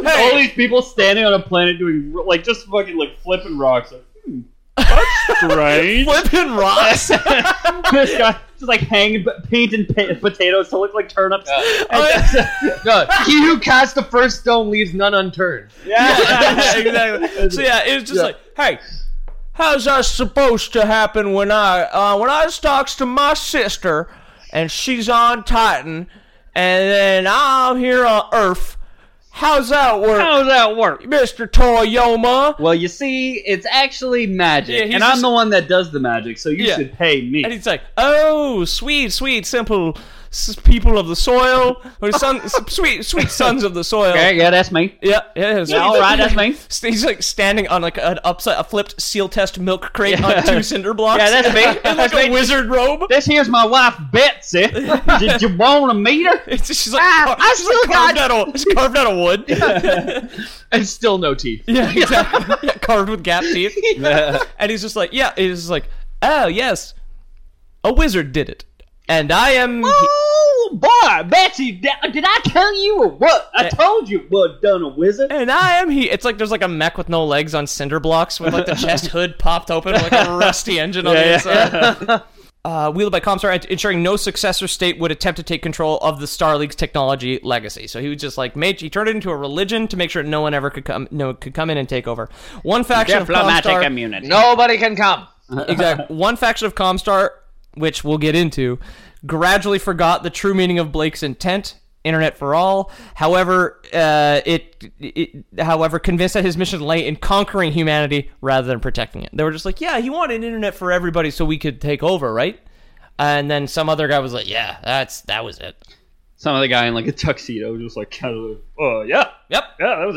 all these people standing on a planet doing like just fucking like flipping rocks. Like, hmm, that's strange. Flipping rocks. Oh, this guy just like hanging b- painting pa- potatoes to look like turnips. No, he who casts the first stone leaves none unturned. yeah, exactly. So yeah, it was just like, hey, how's that supposed to happen when I uh, when I talks to my sister and she's on Titan and then I'm here on Earth? How's that work, How does that work? Mister Toyoma? Well, you see, it's actually magic, Yeah, he's and I'm just- the one that does the magic, so you Yeah. should pay me. And he's like, oh, sweet, sweet, simple s- people of the soil, or son, s- sweet, sweet sons of the soil. Okay, yeah, that's me. Yeah, yeah, it's- Yeah, all right, that's me. St- He's like standing on like an upside, a flipped seal test milk crate on two cinder blocks. Yeah, that's me. In like That's a me. wizard robe. This here's my wife Betsy. Did you want to meet her? It's just, she's like, Ah, car- I she's, like, still carved out of, it's carved out of wood. Yeah, And still no teeth. exactly. Yeah, carved with gap teeth. And he's just like, yeah, he's just like, oh yes, a wizard did it, and I am. he- Oh, whole bar, Betsy. Did did I tell you or what? I told you. Well done, a wizard. And I am he. It's like there's like a mech with no legs on cinder blocks with like the chest hood popped open with like a rusty engine on the inside. Uh, wielded by Comstar, ent- ensuring no successor state would attempt to take control of the Star League's technology legacy. So he was just like made. He turned it into a religion to make sure no one ever could come. No could come in and take over. One faction Diplomatic of Comstar, immunity. Nobody can come. exactly. One faction of Comstar, which we'll get into, gradually forgot the true meaning of Blake's intent. Internet for all. However, uh, it, it, however, convinced that his mission lay in conquering humanity rather than protecting it. They were just like, yeah, he wanted internet for everybody so we could take over, right? And then some other guy was like, yeah, that's that was it. Some other guy in like a tuxedo, just like kind of, like, Uh, oh yeah, Yep. yeah, that was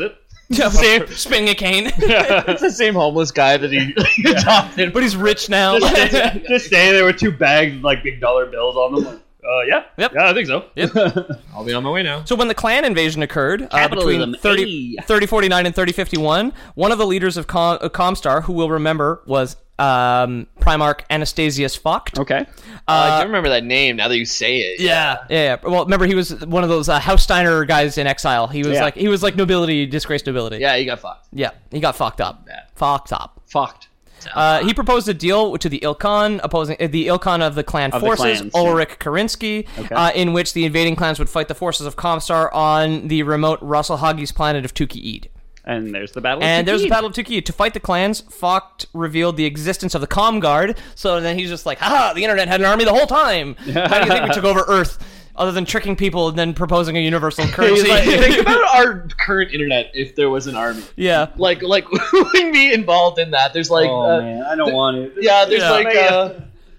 it. Same, spinning a cane, It's the same homeless guy that he adopted. but he's rich now. Just day there were two bags of like big dollar bills on them. Like, uh, yeah, Yep. yeah, I think so. I'll be on my way now. So when the clan invasion occurred uh, between Capitalism, 30, 3049 and 3051, one of the leaders of Com- uh, Comstar, who we'll remember, was um, Primarch Anastasius Focht. okay. I do Uh, remember that name now that you say it. Yeah, yeah, yeah. Well, remember he was one of those uh, House Steiner guys in exile. He was Yeah. like he was like nobility, disgraced nobility. Yeah, you got fucked. yeah. He got fucked up. Fucked up. Fucked. Uh, he proposed a deal to the Ilkhan, opposing uh, the Ilkhan of the clan Of the forces, clans, yeah. Ulrich Kerensky, uh, in which the invading clans would fight the forces of Comstar on the remote Russell Hoggy's planet of Tuki'id. And there's the battle. of And there's the Tukid. Battle of Tuki. To fight the clans, Focht revealed the existence of the Com Guard. So then he's just like, haha, the internet had an army the whole time. How do you think we took over Earth? Other than tricking people and then proposing a universal currency. Think about our current internet if there was an army. yeah. Like, like wouldn't be involved in that. There's like, Oh uh, man, I don't want it. yeah, there's Yeah. like, uh,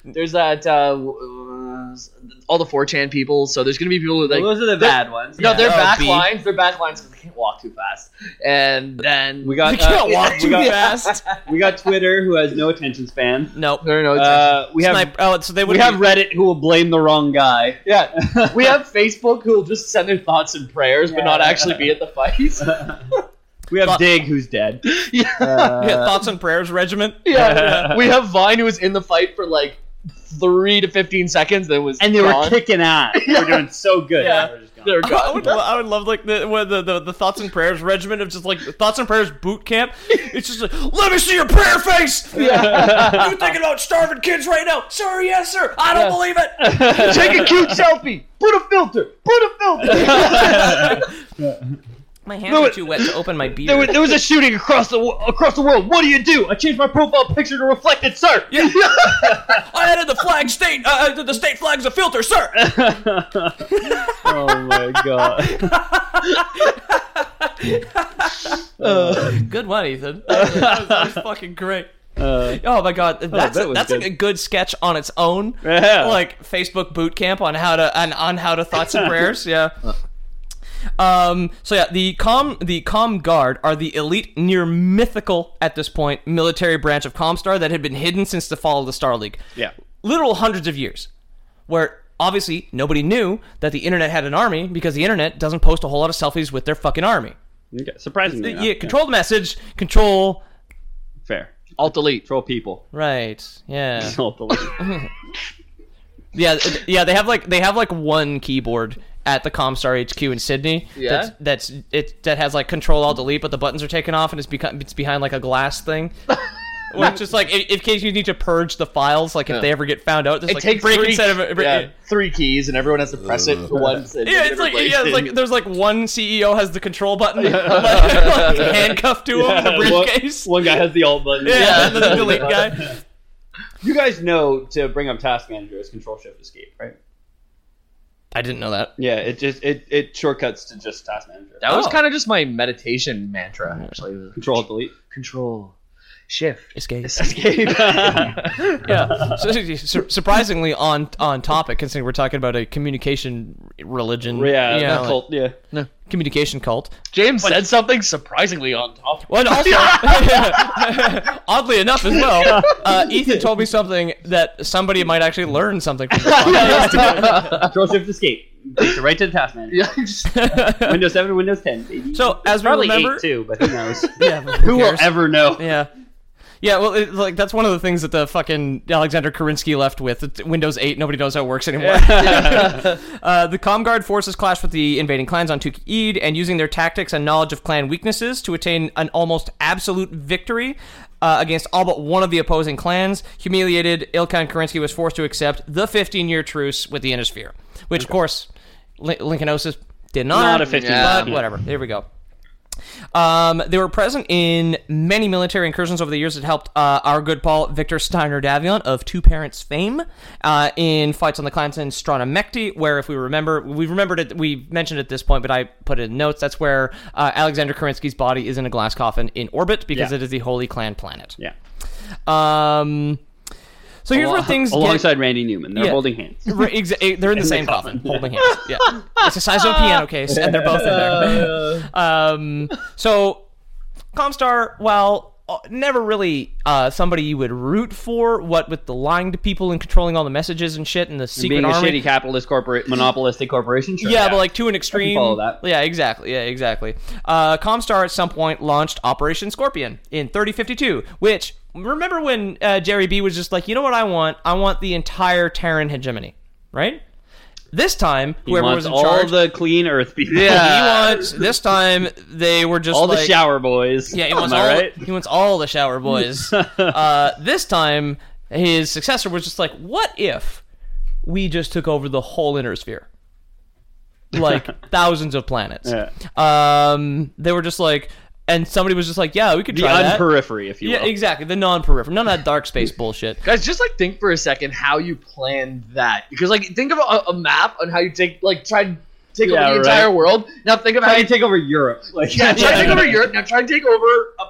there's that, uh, uh, all the 4chan people. So there's gonna be people who like, Those are the bad ones. no, their Oh, back B. lines, their back lines, 'cause they can't walk too fast. Uh, Oh. And then We got You can't uh, walk too we got, fast. We got Twitter, who has no attention span. No. no, no, no, it's- Uh, we have Snipe- oh, so they we would have Reddit, who will blame the wrong guy. yeah. we have Facebook who will just send their thoughts and prayers, but not actually be at the fights. We have Dig, who's dead. yeah. uh, thoughts and prayers regiment. Yeah, we have Vine who was in the fight for like three to fifteen seconds, then was And they were gone. kicking ass. They were doing so good. Yeah. They were They were I just gone. gone. would, lo- I would love like the, where the, the the thoughts and prayers regiment of just like thoughts and prayers boot camp. It's just like let me see your prayer face. you thinking about starving kids right now? Sir, yes, sir. I don't believe it. Take a cute selfie. Put a filter. Put a filter. My hands are too wet to open my beer. there, was, there was a shooting across the wo- across the world. What do you do? I changed my profile picture to reflect it, sir. I added the flag state. Uh, the- the state flag's a filter, sir. Oh my god. Good one, Ethan. Uh, That was, that was fucking great. oh my god, that's that was that's good. like a good sketch on its own. Yeah. Like Facebook boot camp on how to on, on how to thoughts and prayers. Yeah. Uh. Um, so yeah, the com the com guard are the elite, near mythical at this point, military branch of Comstar that had been hidden since the fall of the Star League. Yeah. literal hundreds of years, where obviously nobody knew that the internet had an army because the internet doesn't post a whole lot of selfies with their fucking army. Okay. Surprisingly, enough. Yeah, control the message, control. Fair. Alt delete. Troll people. Right. Yeah. Alt delete. Yeah. th- Yeah. They have like they have like one keyboard at the Comstar HQ in Sydney. Yeah? That's, that's it. That has like Control Alt Delete, but the buttons are taken off and it's become it's behind like a glass thing. Which is like, in, in case you need to purge the files, like if Yeah. they ever get found out, just It like takes break three, instead of break- yeah, three keys, and everyone has to press it once. and Yeah, it it's like replaces yeah, it's it. like there's like one CEO has the control button like, handcuffed to him in a One- briefcase. One guy has the alt button. yeah, and then the delete guy. You guys know to bring up Task Manager is Control Shift Escape, right? I didn't know that. Yeah. It just it it shortcuts to just Task Manager. that was Oh. kind of just my meditation mantra. Actually, Control alt delete. control, shift, Escape. escape. yeah. So, su- surprisingly, on on topic, considering we're talking about a communication religion, Yeah. you know, like, cult, yeah. communication cult. James said something surprisingly on top. Well, and also, oddly enough, as well, uh, Ethan told me something that somebody might actually learn something from. this Control Shift Escape. Takes you right to the Task Manager. Yeah, just- podcast. Windows 7 to Windows 10. Baby. so, as we Probably remember, eight too, but who knows? yeah, who will cares? ever know? Yeah. Yeah, well, it, like that's one of the things that the fucking Alexander Kerensky left with It's Windows 8. Nobody knows how it works anymore. uh, the Comguard forces clashed with the invading clans on Tuki Eid, and using their tactics and knowledge of clan weaknesses to attain an almost absolute victory. Uh, against all but one of the opposing clans, humiliated, Ilkhan Kerensky was forced to accept the 15-year truce with the Innisphere, which, of course, Li- Lincolnosis did not. Not a 15 Yeah. but whatever. There we go. Um, they were present in many military incursions over the years that helped uh, our good Paul Victor Steiner Davion of Two Parents fame uh, in fights on the clans in Stranamekti, where if we remember, we remembered it, we mentioned it at this point, but I put it in notes. That's where uh, Alexander Kerensky's body is in a glass coffin in orbit because Yeah. it is the Holy Clan planet. Yeah. Um, so here's where things get- Alongside Randy Newman, they're Yeah. holding hands. Right, exa- eh, they're in the same coffin, holding hands. Yeah, it's the size of a Ah. piano case, and they're both in there. um, so, Comstar, while uh, never really uh, somebody you would root for, what with the lying to people and controlling all the messages and shit, and the secret Being a army, shitty capitalist corporate, monopolistic corporation. Sure. yeah, but like to an extreme. follow that. Yeah, exactly. Yeah, exactly. Uh, Comstar at some point launched Operation Scorpion in 3052, which remember when uh, Jerry B was just like, you know what I want? I want the entire Terran hegemony, right? This time, he whoever wants was in all charge, the clean Earth people. he wants. This time, they were just all like, the shower boys. Yeah, he wants Am I all. right? He wants all the shower boys. uh, this time, his successor was just like, what if we just took over the whole inner sphere? like thousands of planets. Yeah. Um, they were just like, and somebody was just like, "Yeah, we could The try that." unperiphery, if you yeah, will. exactly. The non-peripheral, none of that dark space bullshit. Guys, just like think for a second how you planned that because like think of a, a map on how you take like try and take Yeah, over the right. entire world. Now think of how Try you and take over Europe. Like, yeah, try and take over Europe. Now try and take over a,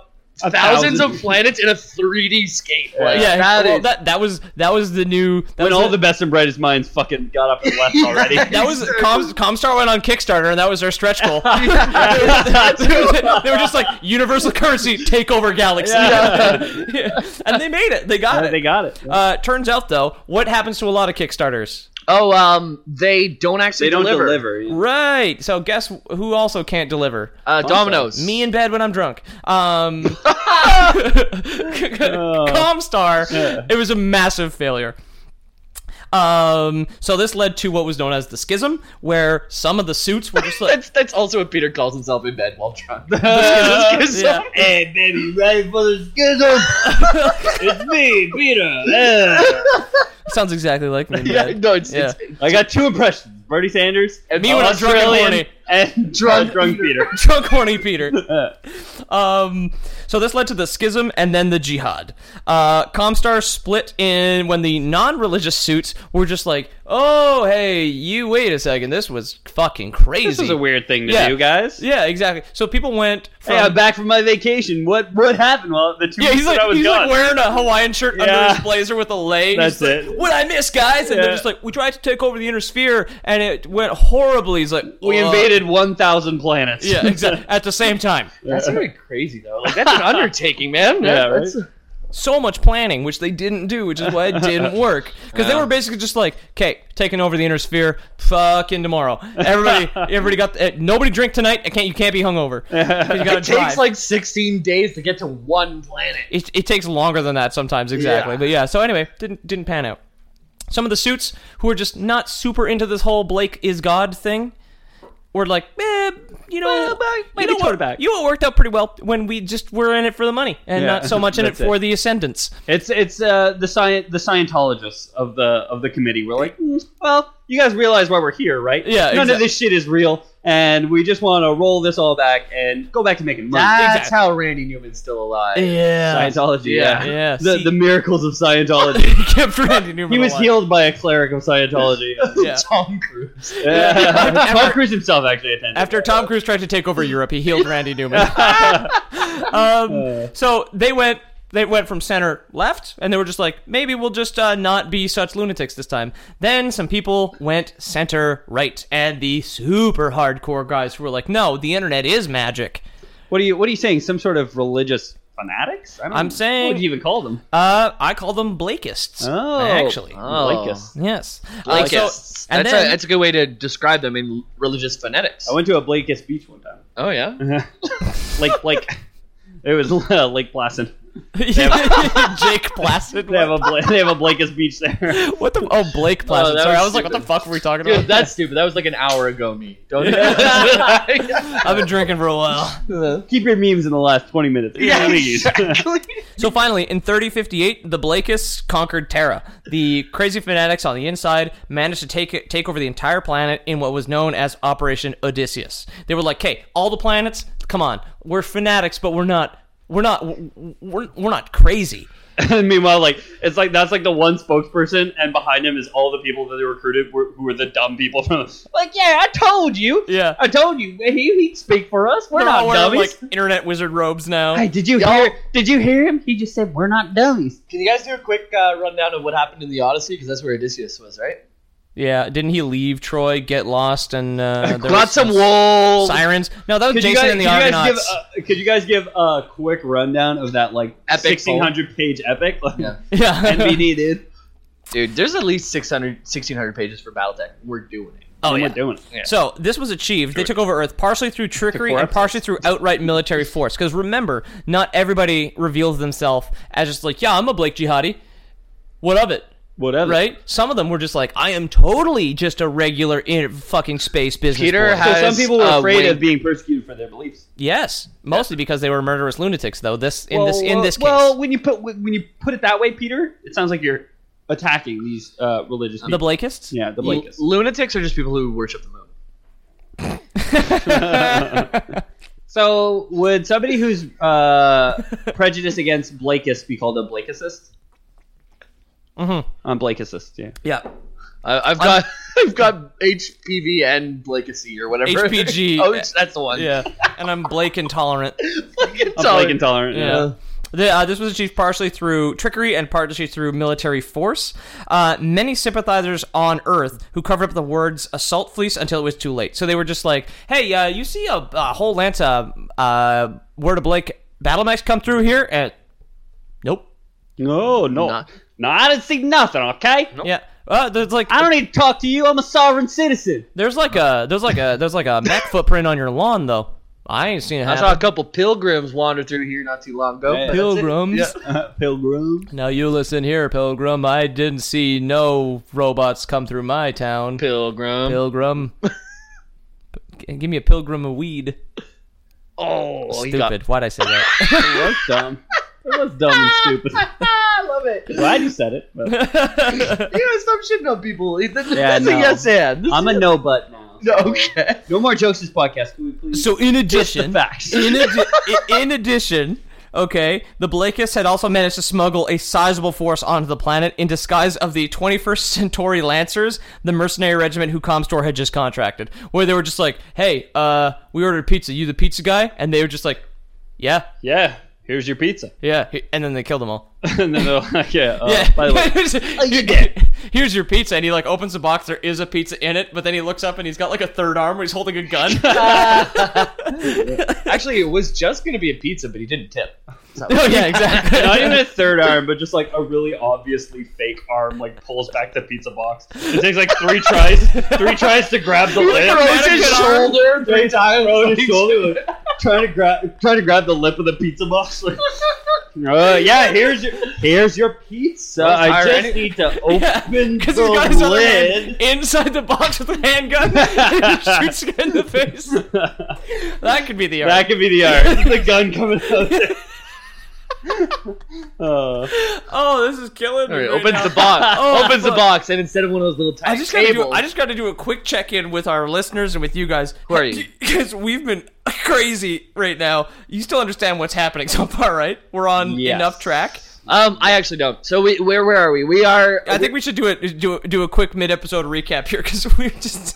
A thousands thousand. of planets in a 3D scape. Like, yeah, that well, is- that that was that was the new that when was all the best and brightest minds fucking got up and left already. That was Com, Comstar went on Kickstarter, and that was their stretch goal. they were just like universal currency take over galaxy, Yeah. and they made it. They got it. they got it. uh, turns out though, what happens to a lot of Kickstarters? oh, um, they don't actually they don't deliver. deliver. Right. So guess who also can't deliver? Uh, Domino's. Me in bed when I'm drunk. Um, Comstar. It was a massive failure. Um, so this led to what was known as the schism, where some of the suits were just like, That's that's also what Peter calls himself in bed while drunk. Because- yeah. Uh, Hey, baby, ready for the schism? it's me, Peter. Yeah. sounds exactly like me. In yeah, bed. no, it's, Yeah. it's I got two impressions: Bernie Sanders and Me when I'm drunk and Australian horny. and drunk, drunk Peter. Drunk horny Peter. um, so this led to the schism and then the jihad. Uh, Comstar split in when the non-religious suits were just like, "Oh, hey, you wait a second, this was fucking crazy." This is a weird thing to Yeah. do, guys. Yeah, exactly. So people went from Hey, I'm back from my vacation. What what happened? Well, the two Yeah, weeks he's like that I was he's gone. like wearing a Hawaiian shirt under Yeah. his blazer with a lay. That's He's like, it. What I miss, guys, and they're Yeah. just like, we tried to take over the inner sphere, and it went horribly. He's like, we "Whoa." invaded 1,000 planets. Yeah, exactly. At the same time, that's really crazy though. Like that's an undertaking, man. Yeah, right? That's- so much planning, which they didn't do, which is why it didn't work. Because they were basically just like, "Okay, taking over the inner sphere, fucking tomorrow. Everybody, everybody got the, eh, nobody drink tonight. I can't. You can't be hungover. 'Cause You gotta It drive. takes like 16 days to get to one planet. it, it takes longer than that sometimes exactly Yeah. but yeah so anyway didn't didn't pan out some of the suits who are just not super into this whole blake is god thing were like eh, you know maybe you know, throw what, it back. you know what worked out pretty well when we just were in it for the money and Yeah, not so much in it that's it. for the ascendance It's it's uh, the sci- the Scientologists of the of the committee. We're like, "Mm, well, you guys realize why we're here, right? Yeah, None exact- of this shit is real, and we just want to roll this all back and go back to making money. That's Exactly. how Randy Newman's still alive. yeah Scientology, Yeah. yeah, yeah The, see- the miracles of Scientology. kept Randy Newman he was alive. healed by a cleric of Scientology. yeah. Tom Cruise. Yeah. Tom After- Cruise himself actually attended. After Tom Cruise tried to take over Europe, he healed Randy Newman. Uh. um, so they went they went from center left, and they were just like, maybe we'll just uh, not be such lunatics this time. Then some people went center right, and the super hardcore guys who were like, no, the internet is magic. what are you what are you saying? Some sort of religious fanatics? I don't I'm saying- what would you even call them? Uh, I call them Blakists, Oh. actually. Oh. Blakists. Yes. Uh, Like so- that's, and a, then- Oh, that's a good way to describe them in religious phonetics. I went to a Uh-huh. Blakeist beach one time. Oh yeah. Lake Blake. It was uh, Lake Placid. Jake Placid. They have a Bla- they have a Blake's Beach there. What the? Oh, Blake Placid. that Sorry, was I was like, what the stupid. fuck were we talking Dude, about? that's stupid. That was like an hour ago, me. Don't. yeah, I've been drinking for a while. Keep your memes in the last twenty minutes. Yeah, So finally, in 3058, the Blakists conquered Terra. The crazy fanatics on the inside managed to take it, take over the entire planet in what was known as Operation Odysseus. They were like, "Hey, all the planets, come on, we're fanatics, but we're not, we're not, we're, we're not crazy." and meanwhile, like it's like that's like the one spokesperson, and behind him is all the people that they recruited were, who were the dumb people from. Like, yeah, I told you. Yeah, I told you. He, he'd speak for us. We're we're not all wearing dummies. like internet wizard robes now. Hey, did you hear? Did you hear him? He just said we're not dummies. Can you guys do a quick uh, rundown of what happened in the Odyssey? Because that's where Odysseus was, right? Yeah, didn't he leave Troy, get lost, and uh, there Got was some wool. sirens? No, that was Could Jason you guys, and the could you guys Argonauts. give, uh, could you guys give a quick rundown of that like Epic poem. 1600 page epic? Yeah. yeah, NBD, dude. Dude, there's at least 600, 1600 pages for Battletech. We're doing it. oh And yeah. We're doing it. So this was achieved. They took over Earth partially through trickery and partially through outright military force. Because remember, not everybody reveals themselves as just like, yeah, I'm a Blake jihadi. What of it? Whatever. Right? Some of them were just like, I am totally just a regular in fucking space business. Peter boy." had- So As some people were a afraid wing- of being persecuted for their beliefs. yes, mostly because they were murderous lunatics. Though this in this in this case, well, when you put when you put it that way, Peter, it sounds like you're attacking these uh, religious the people. Blakists. yeah, the Blakists. Lunatics are just people who worship the moon. So, would somebody who's uh, prejudiced against Blakeist be called a Blakeist? Mhm. I'm Blakeist, yeah. Yeah, I, I've got I've got HPV and Legacy or whatever. HPG. oh, it's- that's the one. yeah. And I'm Blake intolerant. Fucking I'm sorry. Blake intolerant. Oh, Yeah. The, uh, this was achieved partially through trickery and partially through military force. Uh, many sympathizers on Earth who covered up the words assault fleece until it was too late. So they were just like, hey, uh, you see a, a whole Lanta uh, Word of Blake battle max come through here? And nope. No, no. Nah. No, I didn't see nothing, okay? Yeah. Uh, there's like I don't need to talk to you. I'm a sovereign citizen. there's like a there's like a there's like a Mac footprint on your lawn though. I ain't seen it I saw a happen. couple pilgrims wander through here not too long ago. Yeah. but- Pilgrims. Pilgrim. Now you listen here, Pilgrim. I didn't see no robots come through my town. Pilgrim. Pilgrim. P- Give me a pilgrim of weed. oh, he got- Stupid. Why'd I say that? It was dumb. It was dumb and stupid. I love it. You Glad you said it. but- gotta stop shitting on people. That's Yeah, a no. yes and. This I'm a is- no butt now. No, okay. No more jokes this podcast. Can we please? so in the addition, facts. in, addi- i- in addition, okay, the Blakists had also managed to smuggle a sizable force onto the planet in disguise of the 21st Centauri Lancers, the mercenary regiment who Comstor had just contracted, where they were just like, "Hey, uh, we ordered pizza. You the pizza guy?" And they were just like, "Yeah, Yeah. Here's your pizza. yeah," and then they killed them all. and then they're like, yeah, uh, Yeah. by the way. Here's- you did. Here's your pizza, and he like opens the box. There is a pizza in it, but then he looks up and he's got like a third arm where he's holding a gun. Actually, it was just gonna be a pizza, but he didn't tip. oh yeah, exactly. Not even a third arm, but just like a really obviously fake arm, like pulls back the pizza box. It takes like three tries, three tries to grab the lid. Throws his shoulder three times. Throws his shoulder, like, trying to grab, trying to grab the lip of the pizza box. Like, "Uh, yeah, here's your, here's your pizza. I Alright. just need to open Yeah, because he's got his the other lid. hand inside the box with a handgun. and he shoots a guy in the face. That could be the That arm. could be the art. the gun coming out. There. Uh, Oh, this is killing me. Alright, right opens now. the box. Oh, opens the fuck. box, and instead of one of those little tiny I just gotta do. tables- I just gotta do a quick check in with our listeners and with you guys. Who are you? Because we've been crazy right now. You still understand what's happening so far, right? We're on Yes. enough track. um, I actually don't. So we, where, where are we? We are. I think we should do it. Do do a quick mid episode recap here because we're just.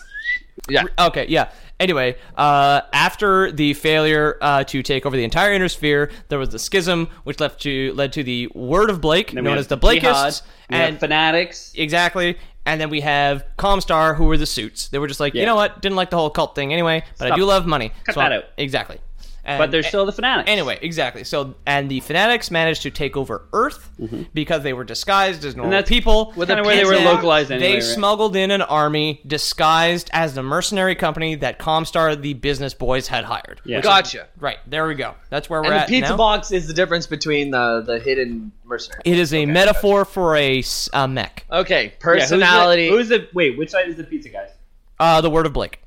Yeah. Okay. Yeah. Anyway, uh, after the failure uh, to take over the entire inner sphere, there was the schism, which left to led to the Word of Blake, we known have as the jihad, Blakists, we have and fanatics. Exactly. And then we have Comstar, who were the suits. They were just like, you Yeah. know what? Didn't like the whole cult thing anyway, but I do love money. Cut that out. Exactly. And, But there's still the fanatics. eh, Anyway, exactly. So, and the fanatics managed to take over Earth because they were disguised as normal Mm-hmm. that's people. With kinda where they were localized anyway, They right? smuggled in an army disguised as the mercenary company that Comstar, the business boys, had hired. Yeah. Gotcha. Right there we go. That's where we're And the at pizza now. box is the difference between the the hidden mercenary. it is a metaphor for a, s- a mech. Okay, Yeah, who's the- personality. Who's the, wait? Which side is the pizza guys? Uh, the word of Blake.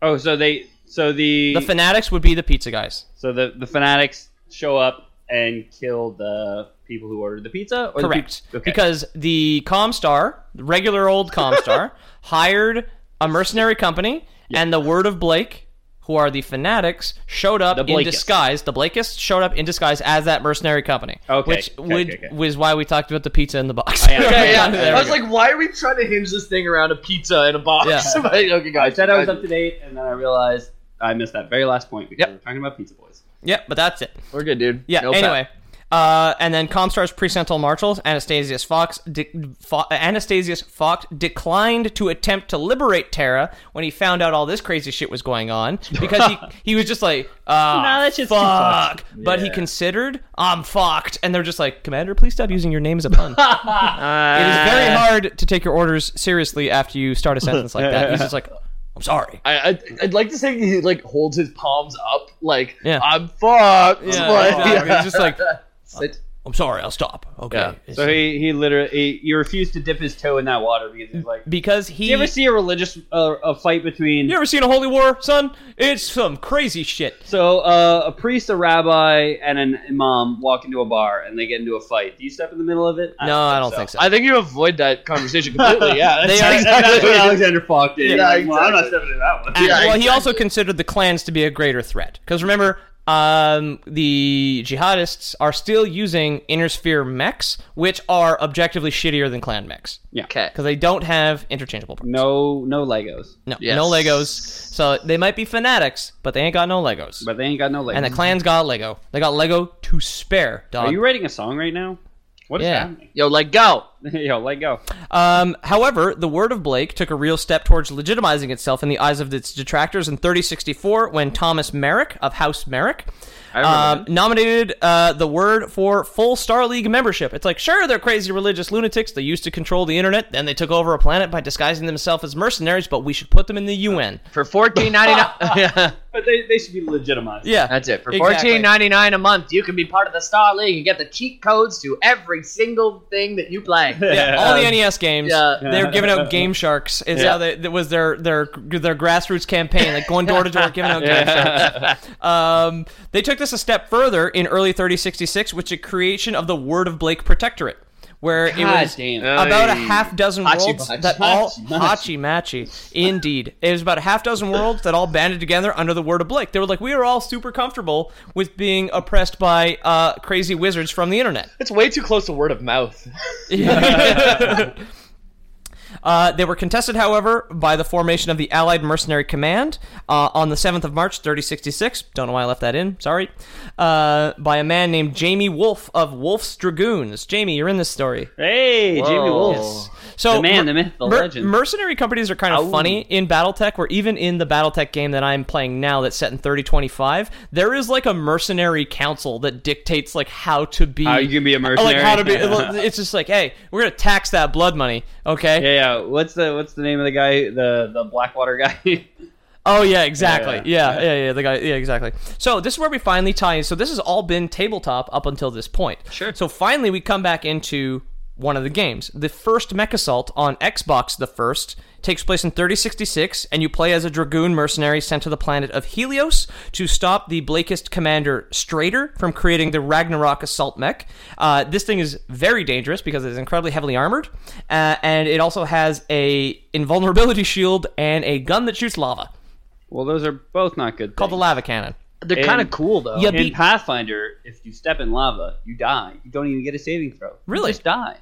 Oh, so they so the, The fanatics would be the pizza guys. so the the fanatics show up and kill the people who ordered the pizza. Or the Correct. peop- okay. Because the Comstar, regular old Comstar, hired a mercenary company, and the Word of Blake, who are the fanatics, showed up The in Blakists. disguise. The Blakists showed up in disguise as that mercenary company. Okay. Which Okay, would okay, okay. was why we talked about the pizza in the box. am. Okay, yeah, There I we was go. like, why are we trying to hinge this thing around a pizza and a box? Yeah. But, okay, I guys. said I was up to date, and then I realized I missed that very last point because Yep. we we're talking about pizza boys. yeah, but that's it. We're good, dude. Yeah. No anyway, uh, and then Comstar's Presental Marshals Anastasius Fox, de- Fo- Anastasius Fox declined to attempt to liberate Terra when he found out all this crazy shit was going on because he, he was just like, ah, Nah, that shit's too fuck. But he considered, I'm fucked, and they're just like, Commander, please stop using your name as a pun. it is very hard to take your orders seriously after you start a sentence like that. He's just like, I'm sorry. I, I I'd like to say he like holds his palms up like Yeah. I'm fucked. Yeah, Like- exactly. He's just like, Sit. I'm sorry. I'll stop. Okay. It's- So he he literally he, he refused to dip his toe in that water because he's like. because he Do you ever see a religious uh, a fight between You ever seen a holy war, son? It's some crazy shit. so uh, a priest, a rabbi, and an imam walk into a bar and they get into a fight? Do you step in the middle of it? I No, I don't think so. I think you avoid that conversation completely. Yeah, They that's are- exactly what I was- Alexander Falk did. Yeah, Like, well, I'm not exactly. stepping in that one. And- yeah, well, he also considered the clans to be a greater threat. Because remember, um, the jihadists are still using inner sphere mechs, which are objectively shittier than clan mechs. Okay. Because they don't have interchangeable parts. No, no Legos, No, Yes. no Legos. So they might be fanatics, but they ain't got no Legos. but they ain't got no Legos. and the clans got Lego. They got Lego to spare, dog. Are you writing a song right now? What is Yeah. happening? Yo, let go. Yo, let go. Um, however, the word of Blake took a real step towards legitimizing itself in the eyes of its detractors in 3064 when Thomas Merrick of House Merrick um, nominated uh, the word for full Star League membership. It's like, sure, they're crazy religious lunatics. They used to control the internet. Then they took over a planet by disguising themselves as mercenaries, but we should put them in the UN. For fourteen ninety nine. yeah, But they, they should be legitimized. Yeah. that's it. For Exactly. fourteen ninety nine a month, you can be part of the Star League and get the cheat codes to every single thing that you play. Yeah, all the NES games. yeah. They're giving out Game Sharks. Is how they, that was their their their grassroots campaign, like going door to door giving out Game Sharks. Um, they took this a step further in early 3066, which is creation of the Word of Blake Protectorate, where it God was damn. about a half dozen worlds machi. that all hachi machi. Indeed, it was about a half dozen worlds that all banded together under the Word of Blake. They were like, we are all super comfortable with being oppressed by uh, crazy wizards from the internet. it's way too close to word of mouth. Uh, they were contested, however, by the formation of the Allied Mercenary Command uh, on the 7th of March, 3066. Don't know why I left that in, sorry. Uh, by a man named Jamie Wolfe of Wolfe's Dragoons. Jamie, you're in this story. Hey, Jamie Wolf. So The man, the myth, the legend. Mercenary companies are kind of funny in BattleTech. Where even in the BattleTech game that I'm playing now, that's set in 3025, there is like a mercenary council that dictates like how to be, How you can be a like mercenary. how to be. It's just like, hey, we're gonna tax that blood money, okay? Yeah, yeah. What's the what's the name of the guy? The the Blackwater guy. Oh yeah, exactly. Yeah, yeah, yeah. the guy. Yeah, exactly. So this is where we finally tie in. So this has all been tabletop up until this point. Sure. So finally, we come back into one of the games. The first Mech Assault on Xbox, the first, takes place in 3066, and you play as a dragoon mercenary sent to the planet of Helios to stop the Blakist commander Strader from creating the Ragnarok assault mech. Uh, this thing is very dangerous because it is incredibly heavily armored, uh, and it also has a invulnerability shield and a gun that shoots lava well, those are both not good. called the things. lava cannon. They're And- kind of cool though. Yeah, In be- Pathfinder, if you step in lava, you die. You don't even get a saving throw. You Really? just die.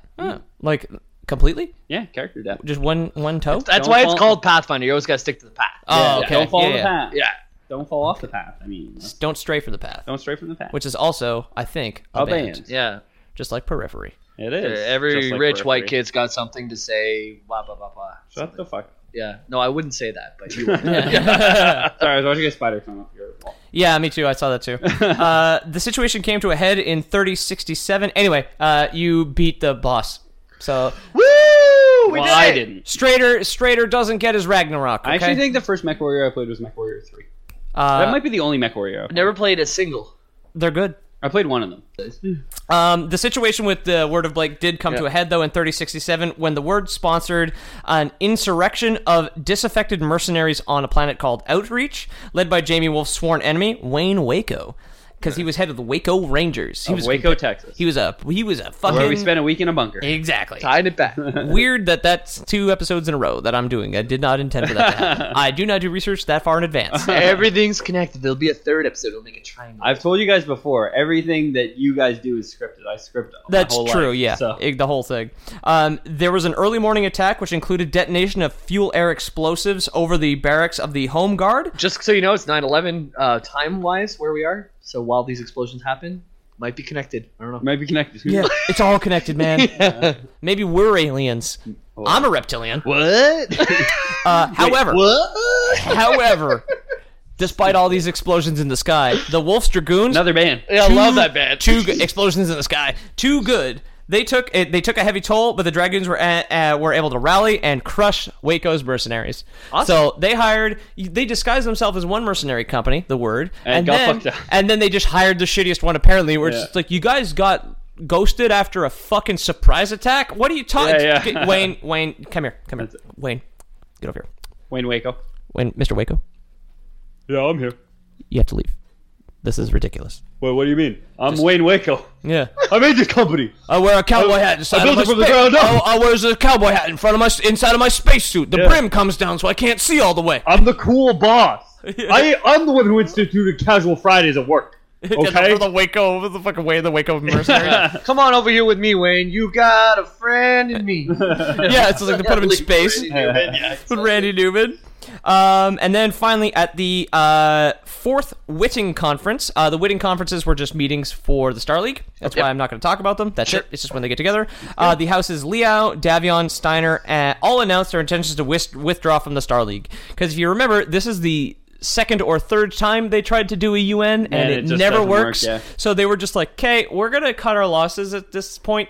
like completely, Yeah, character death. just one one toe. That's Don't why it's fall- called Pathfinder. You always gotta stick to the path. oh, Yeah, okay. Don't fall yeah, the yeah. path. Yeah. Don't fall off the path. I mean, that's- Don't stray from the path, don't stray from the path. which is also, I think, a a band, band. Yeah. just like periphery. It is. Every Just like rich white periphery. kid's got something to say. Blah blah blah blah. Shut the fuck. Yeah. No, I wouldn't say that, but you. would. Sorry, I was watching a spider come up your wall. Yeah, me too. I saw that too. uh, the situation came to a head in 3067. Anyway, uh, you beat the boss. So Woo! We well, did I it! didn't. Strader Strader doesn't get his Ragnarok. Okay? I actually think the first Mech Warrior I played was Mech Warrior Three. uh, that might be the only Mech Warrior. Never played a single. they're good. I played one of them. Um, the situation with the word of Blake did come to a head, though, in 3067 when the word sponsored an insurrection of disaffected mercenaries on a planet called Outreach, led by Jamie Wolf's sworn enemy, Wayne Waco, because he was head of the Waco Rangers. He Of was Waco, Texas. He was a he was a where we fucking spent a week in a bunker. exactly. Tied it back. Weird that that's two episodes in a row that I'm doing. I did not intend for that to happen. I do not do research that far in advance. Everything's connected. There'll be a third episode. We'll make a triangle. I've told you guys before, everything that you guys do is scripted. I script my That's whole true, life, yeah. So. Ig- The whole thing. Um, there was an early morning attack which included detonation of fuel air explosives over the barracks of the Home Guard. Just so you know, it's 9-11 uh, time-wise where we are. So while these explosions happen, might be connected. I don't know. Maybe connected. Yeah, it's all connected, man. Maybe we're aliens. I'm a reptilian. What? Uh, however, however, despite all these explosions in the sky, the Wolf's Dragoons Another band. Yeah, I Two- love that band. too good. Explosions in the sky. Too good. They took it, they took a heavy toll, but the dragoons were a uh, were able to rally and crush Waco's mercenaries. So they hired they disguised themselves as one mercenary company, the Word, and, got then fucked up. and then they just hired the shittiest one. Apparently, we're just like you guys got ghosted after a fucking surprise attack. What are you talking? Yeah, yeah. Get- Wayne, Wayne, come here, come here, Wayne, get over here, Wayne Waco. Wayne, Mr. Waco, Yeah, I'm here. you have to leave. This is ridiculous. Wait, what do you mean? I'm Wayne Waco. Yeah. I made this company. I wear a cowboy hat inside I built of it my Oh, from the spa- ground up. I, I wears a cowboy hat in front of my s- inside of my spacesuit. The brim comes down, so I can't see all the way. I'm the cool boss. I, I'm the one who instituted casual Fridays at work. Okay? for the Waco, for the fucking way the Waco mercenary. yeah, Come on over here with me, Wayne. You got a friend in me. it's like they put him in space with Randy Newman. Um, and then finally, at the uh, fourth Witting conference, uh, the Witting conferences were just meetings for the Star League. That's why I'm not going to talk about them. That's it. It's just when they get together. Uh, the houses Liao, Davion, Steiner, uh, all announced their intentions to wis- withdraw from the Star League. Because if you remember, this is the second or third time they tried to do a UN, and, it it, just never doesn't work, works. yeah. So they were just like, "Okay, we're going to cut our losses at this point."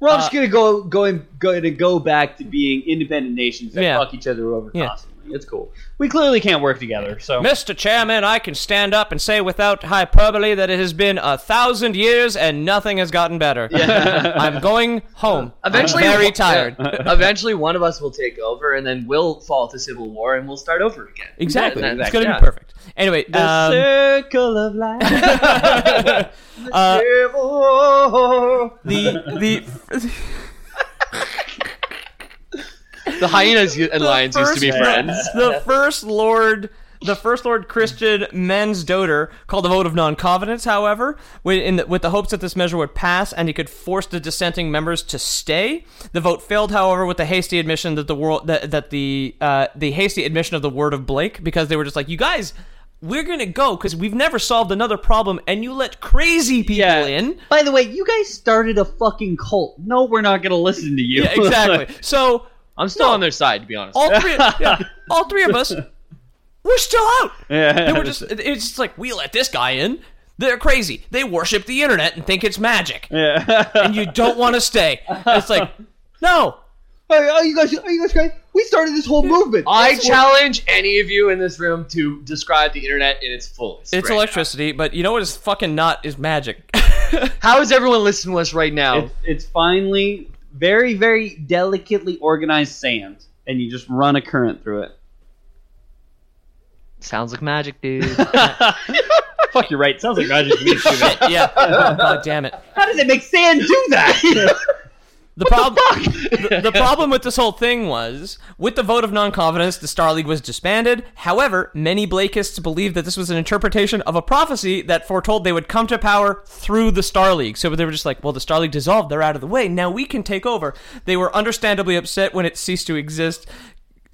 We're all just gonna go go and go to go back to being independent nations that Yeah. fuck each other over Yeah. constantly. It's cool. We clearly can't work together, so Mr. Chairman, I can stand up and say without hyperbole that it has been a thousand years and nothing has gotten better. I'm going home. Eventually, I'm very tired. yeah. eventually, one of us will take over, and then we'll fall to civil war, and we'll start over again. Exactly. That- that- It's going to yeah. be perfect. Anyway, um, Circle of life. uh, civil war. the the The hyenas u- and lions used to be first- friends. the first lord the first lord christian mens doter called a vote of non-confidence however with, in the, with the hopes that this measure would pass and he could force the dissenting members to stay the vote failed however with the hasty admission that the world that, that the uh, the hasty admission of the word of blake because they were just like you guys we're gonna go because we've never solved another problem and you let crazy people Yeah. in By the way, you guys started a fucking cult. No, we're not gonna listen to you. yeah exactly so I'm still on their side, to be honest. all three yeah, all three of us we're still out yeah. They were just it's just like we let this guy in. They're crazy. They worship the internet and think it's magic. and you don't want to stay. And It's like no. are you guys? Are you guys crazy? We started this whole movement. I challenge any of you in this room to describe the internet in its fullest. It's right electricity, but you know what is fucking not is magic. How is everyone listening to us right now? It's, it's finally very, very delicately organized sand, and you just run a current through it. Sounds like magic, dude. Fuck, you're right. Sounds like I just made you. yeah. Oh, God damn it. How does it make sand do that? The problem, the, the problem with this whole thing was, with the vote of non-confidence, the Star League was disbanded. However, many Blakists believed that this was an interpretation of a prophecy that foretold they would come to power through the Star League. So they were just like, "Well, the Star League dissolved; they're out of the way. Now we can take over." They were understandably upset when it ceased to exist.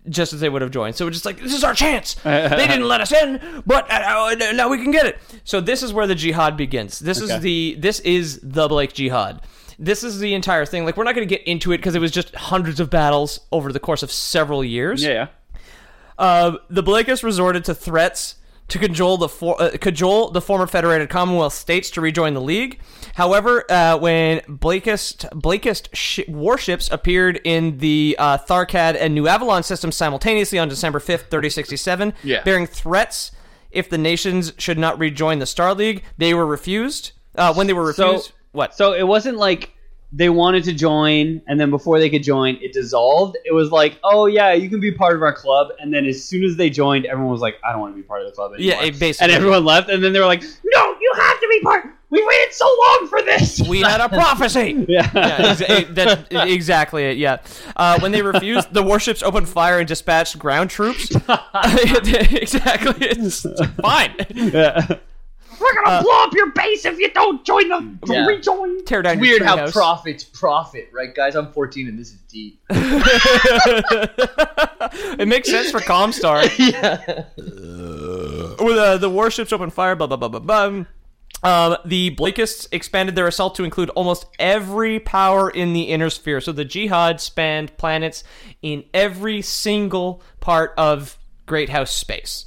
Just as they would have joined, so we're just like, this is our chance. they didn't let us in, but uh, uh, now we can get it. So this is where the jihad begins. This is the this is the Blake jihad this is the entire thing. Like, we're not going to get into it because it was just hundreds of battles over the course of several years. yeah. Uh, the Blakists resorted to threats to cajole the for, uh, cajole the former Federated Commonwealth states to rejoin the league. However, uh, when Blakist Blakist shi warships appeared in the uh, Tharkad and New Avalon systems simultaneously on December fifth, thirty sixty seven, Yeah. bearing threats if the nations should not rejoin the Star League, they were refused. Uh, when they were So refused, what? So it wasn't like they wanted to join, and then before they could join, it dissolved. It was like, oh yeah, you can be part of our club, and then as soon as they joined, everyone was like, I don't want to be part of the club anymore. Yeah, it basically. and everyone left, and then they were like, no, you have to be part. We waited so long for this. we had a prophecy. yeah. yeah, exa- eh, that's exactly it. Yeah, uh, when they refused, the warships opened fire and dispatched ground troops. exactly, it's fine. We're gonna blow up your base if you don't join them. Yeah. Rejoin. Tear down. Weird your how treehouse. profits profit, right, guys? I'm 14 and this is deep. it makes sense for Comstar. yeah. With uh, the warships open fire, blah blah blah blah blah. Um, the Blakists expanded their assault to include almost every power in the inner sphere. So the Jihad spanned planets in every single part of Great House space.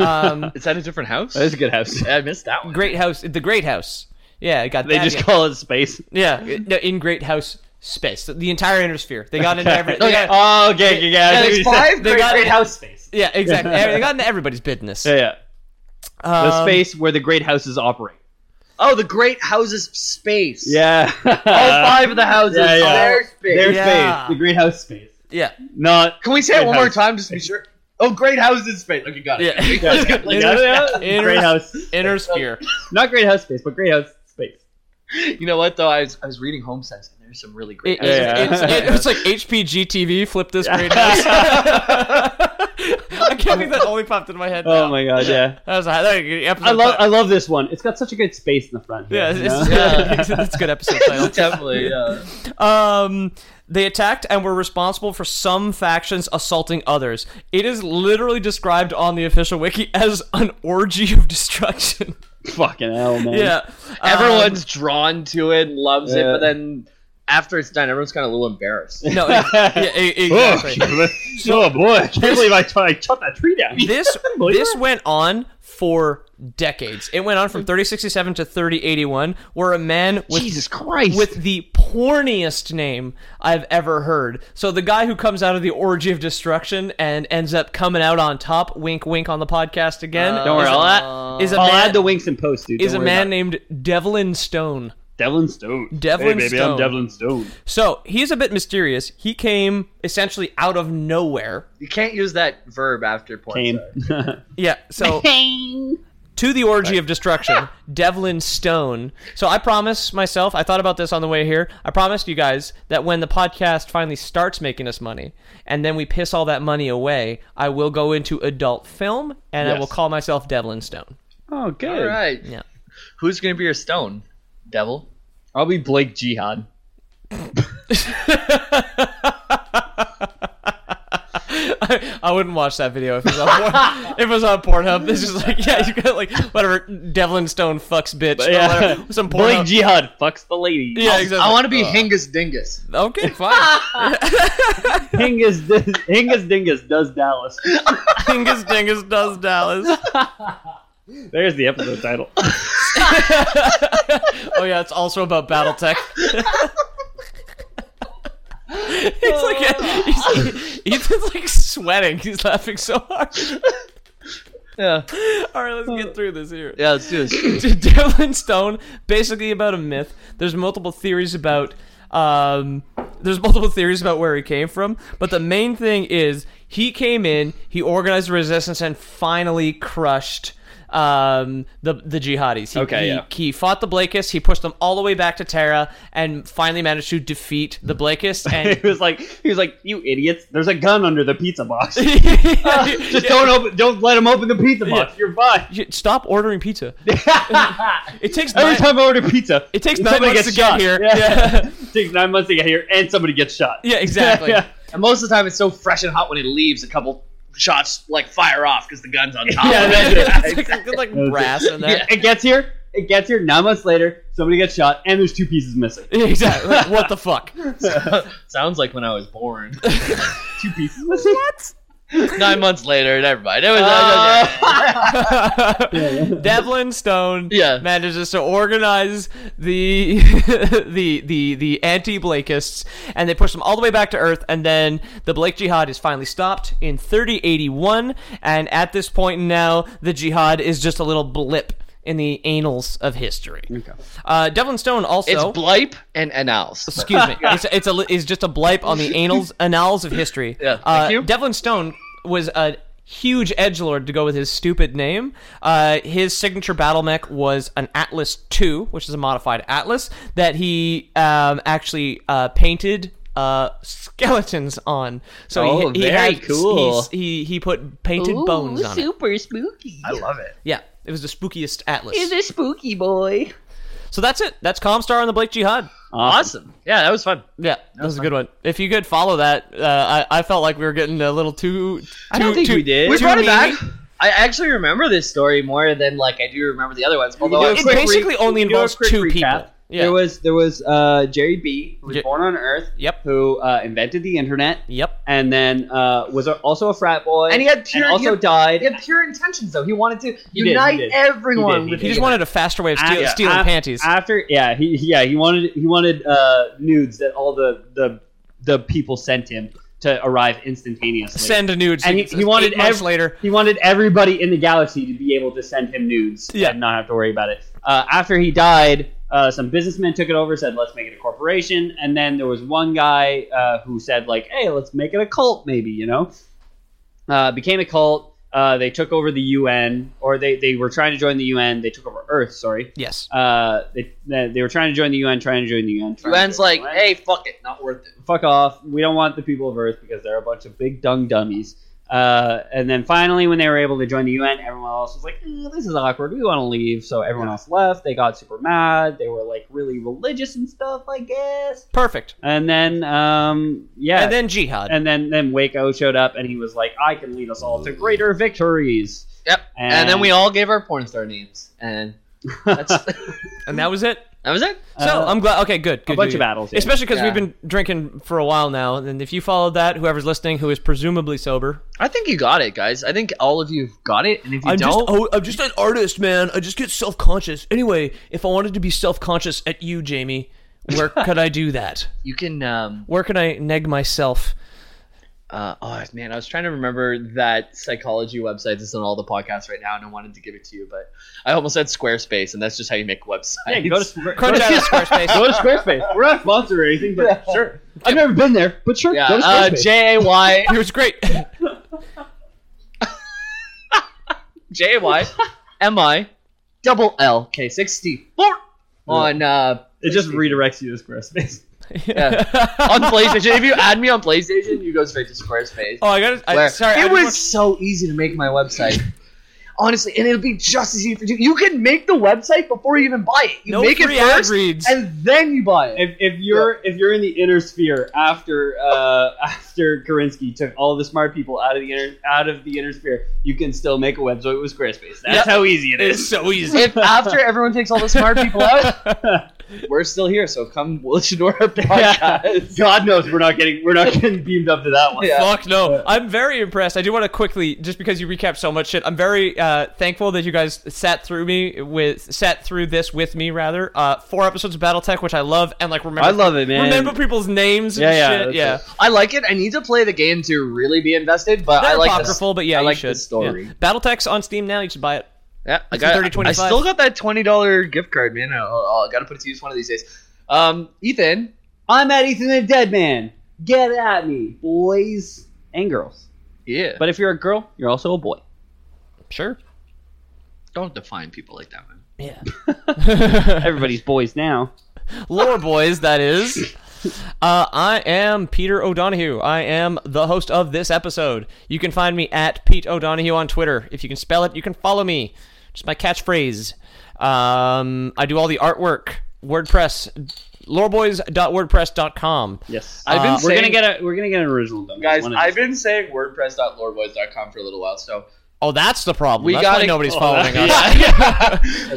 Um, Is that a different house? That's a good house. I missed that one. Great House, the Great House. Yeah, I got They that. just yeah. call it space. yeah, in- in Great House space, the, the entire inner sphere. They got into every. They got, Oh, okay, okay, yeah. I see what you said. they got in- house space. yeah, exactly. they got into everybody's business. Yeah, yeah. The Um, space where the great houses operate. Oh, the great houses space. Yeah. All Uh, five of the houses yeah, yeah. are their space. Their Yeah. space, the great house space. Yeah. Not. Can we say it Great one more house. time just to be sure? Oh, great houses space. Okay, got it. Yeah. Let's go, let's go. Inner- Great house. Inner sphere. Not great house space, but great house space. You know what though? I was, I was reading Home Sense and there's some really great. It- it's- Yeah. it's, it- it's like HPGTV. Flip this great house. I can't think that only popped into my head. Oh now. my god, yeah. That was a, that was a- episode I love title. I love this one. It's got such a good space in the front. here, yeah, you it's, know? it's- that's a good episode title. Definitely, yeah. Um, they attacked and were responsible for some factions assaulting others. It is literally described on the official wiki as an orgy of destruction. Fucking hell, man. yeah, Everyone's drawn to it and loves it, Yeah. but then after it's done, everyone's kind of a little embarrassed. Um, no, ex- yeah, e- exactly. oh boy, I can't believe I, I chopped that tree down. Uh, this this went on for decades. It went on from 3067 to 3081, where a man with Mm. Jesus Christ with the porniest name I've ever heard. So the guy who comes out of the orgy of destruction and ends up coming out on top, wink wink on the podcast again. Don't Uh, worry, is a- I'll add, is a I'll man add the winks and posts, dude. is a Don't worry man about named Devlin Stone. it. Devlin Stone. Devlin hey, baby, Stone. I'm Devlin Stone. So he's a bit mysterious. He came essentially out of nowhere. You can't use that verb after porn. Came. sorry. Yeah. So to the orgy of destruction, Devlin Stone. So I promise myself. I thought about this on the way here. I promised you guys that when the podcast finally starts making us money, and then we piss all that money away, I will go into adult film, and I Yes. will call myself Devlin Stone. oh, good. All right. Yeah. Who's gonna be your stone? Devil. I'll be Blake Jihad. I, I wouldn't watch that video if it was on, Porn, if it was on Pornhub. This is like, yeah, you got like whatever Devlin Stone fucks bitch. or yeah. whatever, some Blake Pornhub. Jihad fucks the lady. yeah, exactly. I want to be Hingus Dingus. okay, fine. Hingus, Hingus Dingus does Dallas. Dingus Dingus does Dallas. There's the episode title. Oh yeah, it's also about BattleTech. he's like he's, Ethan's like sweating. He's laughing so hard. Yeah. All right, let's get through this here. Yeah, let's do this. Devlin Stone, basically about a myth. There's multiple theories about um there's multiple theories about where he came from, but the main thing is he came in, he organized the resistance and finally crushed um the the jihadis. He, Okay, he, yeah. he fought the Blakists, he pushed them all the way back to Terra and finally managed to defeat the Blakists and He was like, he was like, you idiots! There's a gun under the pizza box. Just don't open, don't let him open the pizza box. You're fine. Yeah, Stop ordering pizza. it takes Every nine, time I order pizza, it takes nine somebody months gets to shot. get here. Yeah. Yeah. it takes nine months to get here, and somebody gets shot. Yeah, exactly. Yeah. and most of the time, it's so fresh and hot when he leaves. A couple shots like fire off because the gun's on top. Yeah, that's it. it's like, it's like That's it. brass in there. It gets here, it gets here. Nine months later, somebody gets shot, and there's two pieces missing. Exactly. Like, what the fuck? Sounds like when I was born. two pieces missing. What? Nine months later, never mind. It was, uh, Uh, Devlin Stone Yeah. manages to organize the the the the anti-Blakists, and they push them all the way back to Earth. And then the Blake Jihad is finally stopped in 3081. And at this point now, the Jihad is just a little blip in the annals of history. Uh, Devlin Stone also it's Blipe and Anals. excuse me. It's it's a li- it's just a blipe on the annals annals of history. Yeah, thank Uh, you. Devlin Stone was a huge edgelord to go with his stupid name. Uh, his signature battle mech was an Atlas II, which is a modified Atlas that he um, actually uh, painted. Uh, skeletons on, so Oh, he, he very had, cool. He, he he put painted bones on it. super spooky. Yeah, it was the spookiest Atlas. He's a spooky boy. So that's it. That's Comstar and the Blake Jihad. Awesome. Yeah, that was fun. Yeah, that was a good one. If you could follow that, uh, I, I felt like we were getting a little too. I don't too- think too- we did. We too brought it back. meaty. I actually remember this story more than like I do remember the other ones. Although I It basically only do a involves quick two recap. people. Yeah. There was there was uh, Jerry B, who was Jer- born on Earth, yep. who uh, invented the internet, Yep. and then uh, was a, also a frat boy, And he had pure, also he had, died. he had pure intentions though. He wanted to did, he unite did. everyone. He did, with He just the- wanted a faster way of steal, Ah, yeah. stealing Ah, panties. After yeah he yeah he wanted he wanted uh, nudes that all the the the people sent him to arrive instantaneously. Send a nude. and he- he wanted eight months ev- later. He wanted everybody in the galaxy to be able to send him nudes Yeah. and not have to worry about it. Uh, after he died, uh, some businessmen took it over, said, let's make it a corporation. And then there was one guy uh, who said, like, hey, let's make it a cult, maybe, you know? Uh, became a cult. Uh, they took over the UN, or they, they were trying to join the UN. They took over Earth, sorry. Yes. Uh, they, they they were trying to join the UN, trying to join the UN. trying to UN's join the like, hey, fuck it, not worth it. fuck off. We don't want the people of Earth because they're a bunch of big dung dummies. Uh, and then finally, when they were able to join the UN, everyone else was like, "Eh, this is awkward. We want to leave. So everyone else left. They got super mad. They were like really religious and stuff, I guess. Perfect. And then, um, yeah. And then Jihad. and then, then Waco showed up and he was like, I can lead us all to greater victories. Yep. And, then we all gave our porn star names, and that's that And that was it. was it. So Uh, I'm glad. Okay, good. good a bunch good. of battles. yeah. Especially because Yeah. we've been drinking for a while now, and if you followed that, whoever's listening, who is presumably sober, I think you got it, guys. I think all of you got it, and if you I'm don't, just, oh, I'm just an artist, man. I just get self conscious. Anyway, if I wanted to be self conscious at you, Jamie, where could I do that? you can. Um, where can I neg myself? uh, oh man, I was trying to remember that psychology website that's on all the podcasts right now, and I wanted to give it to you, but I almost said Squarespace, and that's just how you make websites. Yeah, go to, Crunch out of Squarespace. go to Squarespace. We're not sponsored or anything, but sure. I've never been there, but sure. Yeah, Go to uh, Squarespace. J A Y It was great. J A Y M I double L K sixty four on uh It just redirects you to Squarespace. on PlayStation. if you add me on PlayStation, you go straight to Squarespace. Oh, I got to Where- Sorry, I it just was want- so easy to make my website. Honestly, and it'll be just as easy for you. You can make the website before you even buy it. You no make it free ad first, reads. and then you buy it. If, if you're if you're in the inner sphere after uh, after Kerensky took all the smart people out of the inner out of the inner sphere, you can still make a website with Squarespace. That's how easy it is. so easy. If after everyone takes all the smart people out, we're still here. So come listen to our podcast. God knows we're not getting we're not getting beamed up to that one. Yeah. Fuck no. I'm very impressed. I do want to quickly, just because you recapped so much shit, I'm very uh, thankful that you guys sat through me with sat through this with me rather. Uh, four episodes of BattleTech, which I love, and like remember, I love it, man. remember people's names and Yeah, yeah, shit. that's Yeah, it. I like it. I need to play the game to really be invested, but they're I like this. apocryphal, but yeah, I you like should. the story. Yeah. BattleTech's on Steam now. You should buy it. Yeah, I It's a got. 30, I 25. still got that twenty dollar gift card, man. I, I, I got to put it to use one of these days. Um, Ethan, I'm at Ethan the Dead Man. Get at me, boys and girls. yeah, But if you're a girl, you're also a boy. Sure. don't define people like that, man. Everybody's boys now. Lore Boys, that is. Uh, I am Peter O'Donohue. I am the host of this episode. You can find me at Pete O'Donohue on Twitter. If you can spell it, you can follow me. Just my catchphrase. Um, I do all the artwork. WordPress, loreboys.wordpress.com. Yes, I've been Uh, we're gonna saying- get a we're gonna get an original domain. Guys, One of I've these. been saying WordPress.loreboys.com for a little while, so Oh, that's the problem. We that's gotta- why nobody's oh, following us.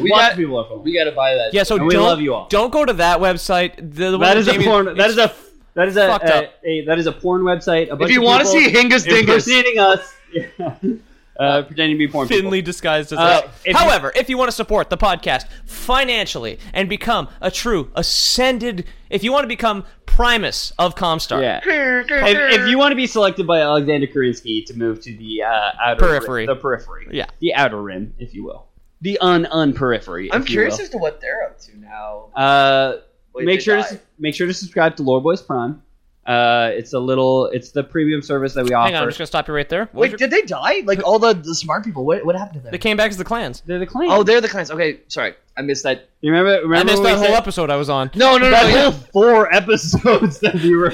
we Lots got of people are from. we got to buy that. Yeah, so don't, And we love you all. don't go to that website. The, the one That is a Jamie- porn. That is a That is a, Fucked a- up. a- that is a porn website. A bunch If you of want to people see Hingus Dingus, impersonating us, yeah. uh, pretending to be porn people. thinly disguised as Uh, us. if you- However, if you want to support the podcast financially and become a true ascended, if you want to become Primus of Comstar, Yeah. if, if you want to be selected by Alexander Kerensky to move to the uh, outer Periphery. rim, the periphery, Yeah. the outer rim, if you will, the un un periphery. I'm curious as to what they're up to now. uh, Wait, make they sure to die. s- make sure to subscribe to Loreboys Prime. Uh, it's a little, it's the premium service that we offer. Hang on, I'm just gonna stop you right there. What was Wait, your- did they die? Like all the, the smart people? What what happened to they them? came back as the clans. They're the clan. Oh, they're the clients. Okay, sorry, I missed that. you remember? I Remember missed that when we whole said- episode I was on. No, no, no, That no. whole four episodes that we were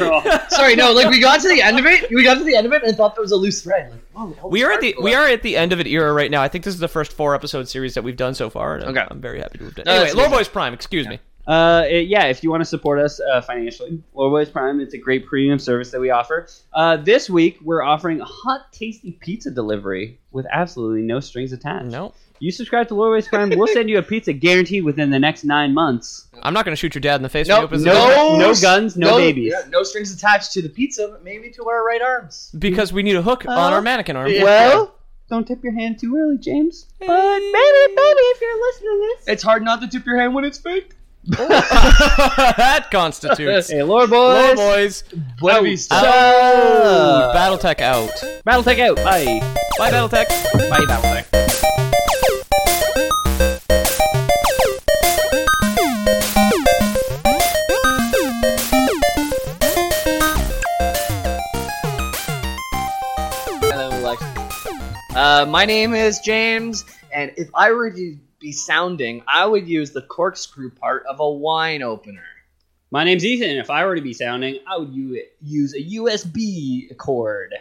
on. sorry, no. Like we got to the end of it. We got to the end of it and thought there was a loose thread. Like, whoa, how We are at smart the people we are at the end of an era right now. I think this is the first four episode series that we've done so far. And I'm- Okay. I'm very happy to have done. No, it. anyway, that's amazing. Loreboys Prime, excuse me. Uh, it- yeah, if you want to support us uh, financially, Loreboys Prime, it's a great premium service that we offer. Uh, this week, we're offering hot, tasty pizza delivery with absolutely no strings attached. No, You subscribe to Loreboys Prime, we'll send you a pizza guaranteed within the next nine months. I'm not gonna shoot your dad in the face. when No, he opens no. the door no guns, no, babies. yeah, no strings attached to the pizza, but maybe to our right arms. because we need a hook on our mannequin arm. Well, Don't tip your hand too early, James. But baby, baby, if you're listening to this, it's hard not to tip your hand when it's fake. that constitutes. Hey, Loreboys. Loreboys. Webby's Out. Battletech out. Battletech out. Bye. Bye, Battletech. Bye, Battletech. Hello, Alexis. Oh, Uh, my name is James, and if I were to be sounding, I would use the corkscrew part of a wine opener. My name's Ethan, and if I were to be sounding, I would u- use a USB cord.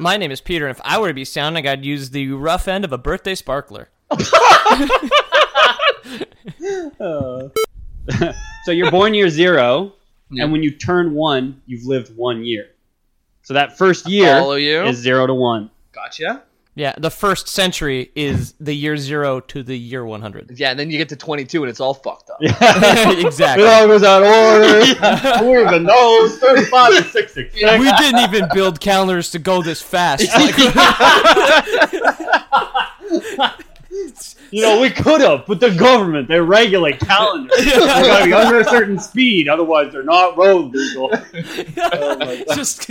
My name is Peter, and if I were to be sounding, I'd use the rough end of a birthday sparkler. So you're born year zero, Yeah. and when you turn one, you've lived one year. So that first year Follow you. is zero to one. gotcha. Yeah, the first century is the year zero to the year 100. Yeah, and then you get to 22, and it's all fucked up. exactly. goes out of order. Who even knows? 35 to 66. We didn't even build calendars to go this fast. Oh You know, we could have, but the government, they regulate calendars. they gotta be under a certain speed, otherwise they're not road legal. Just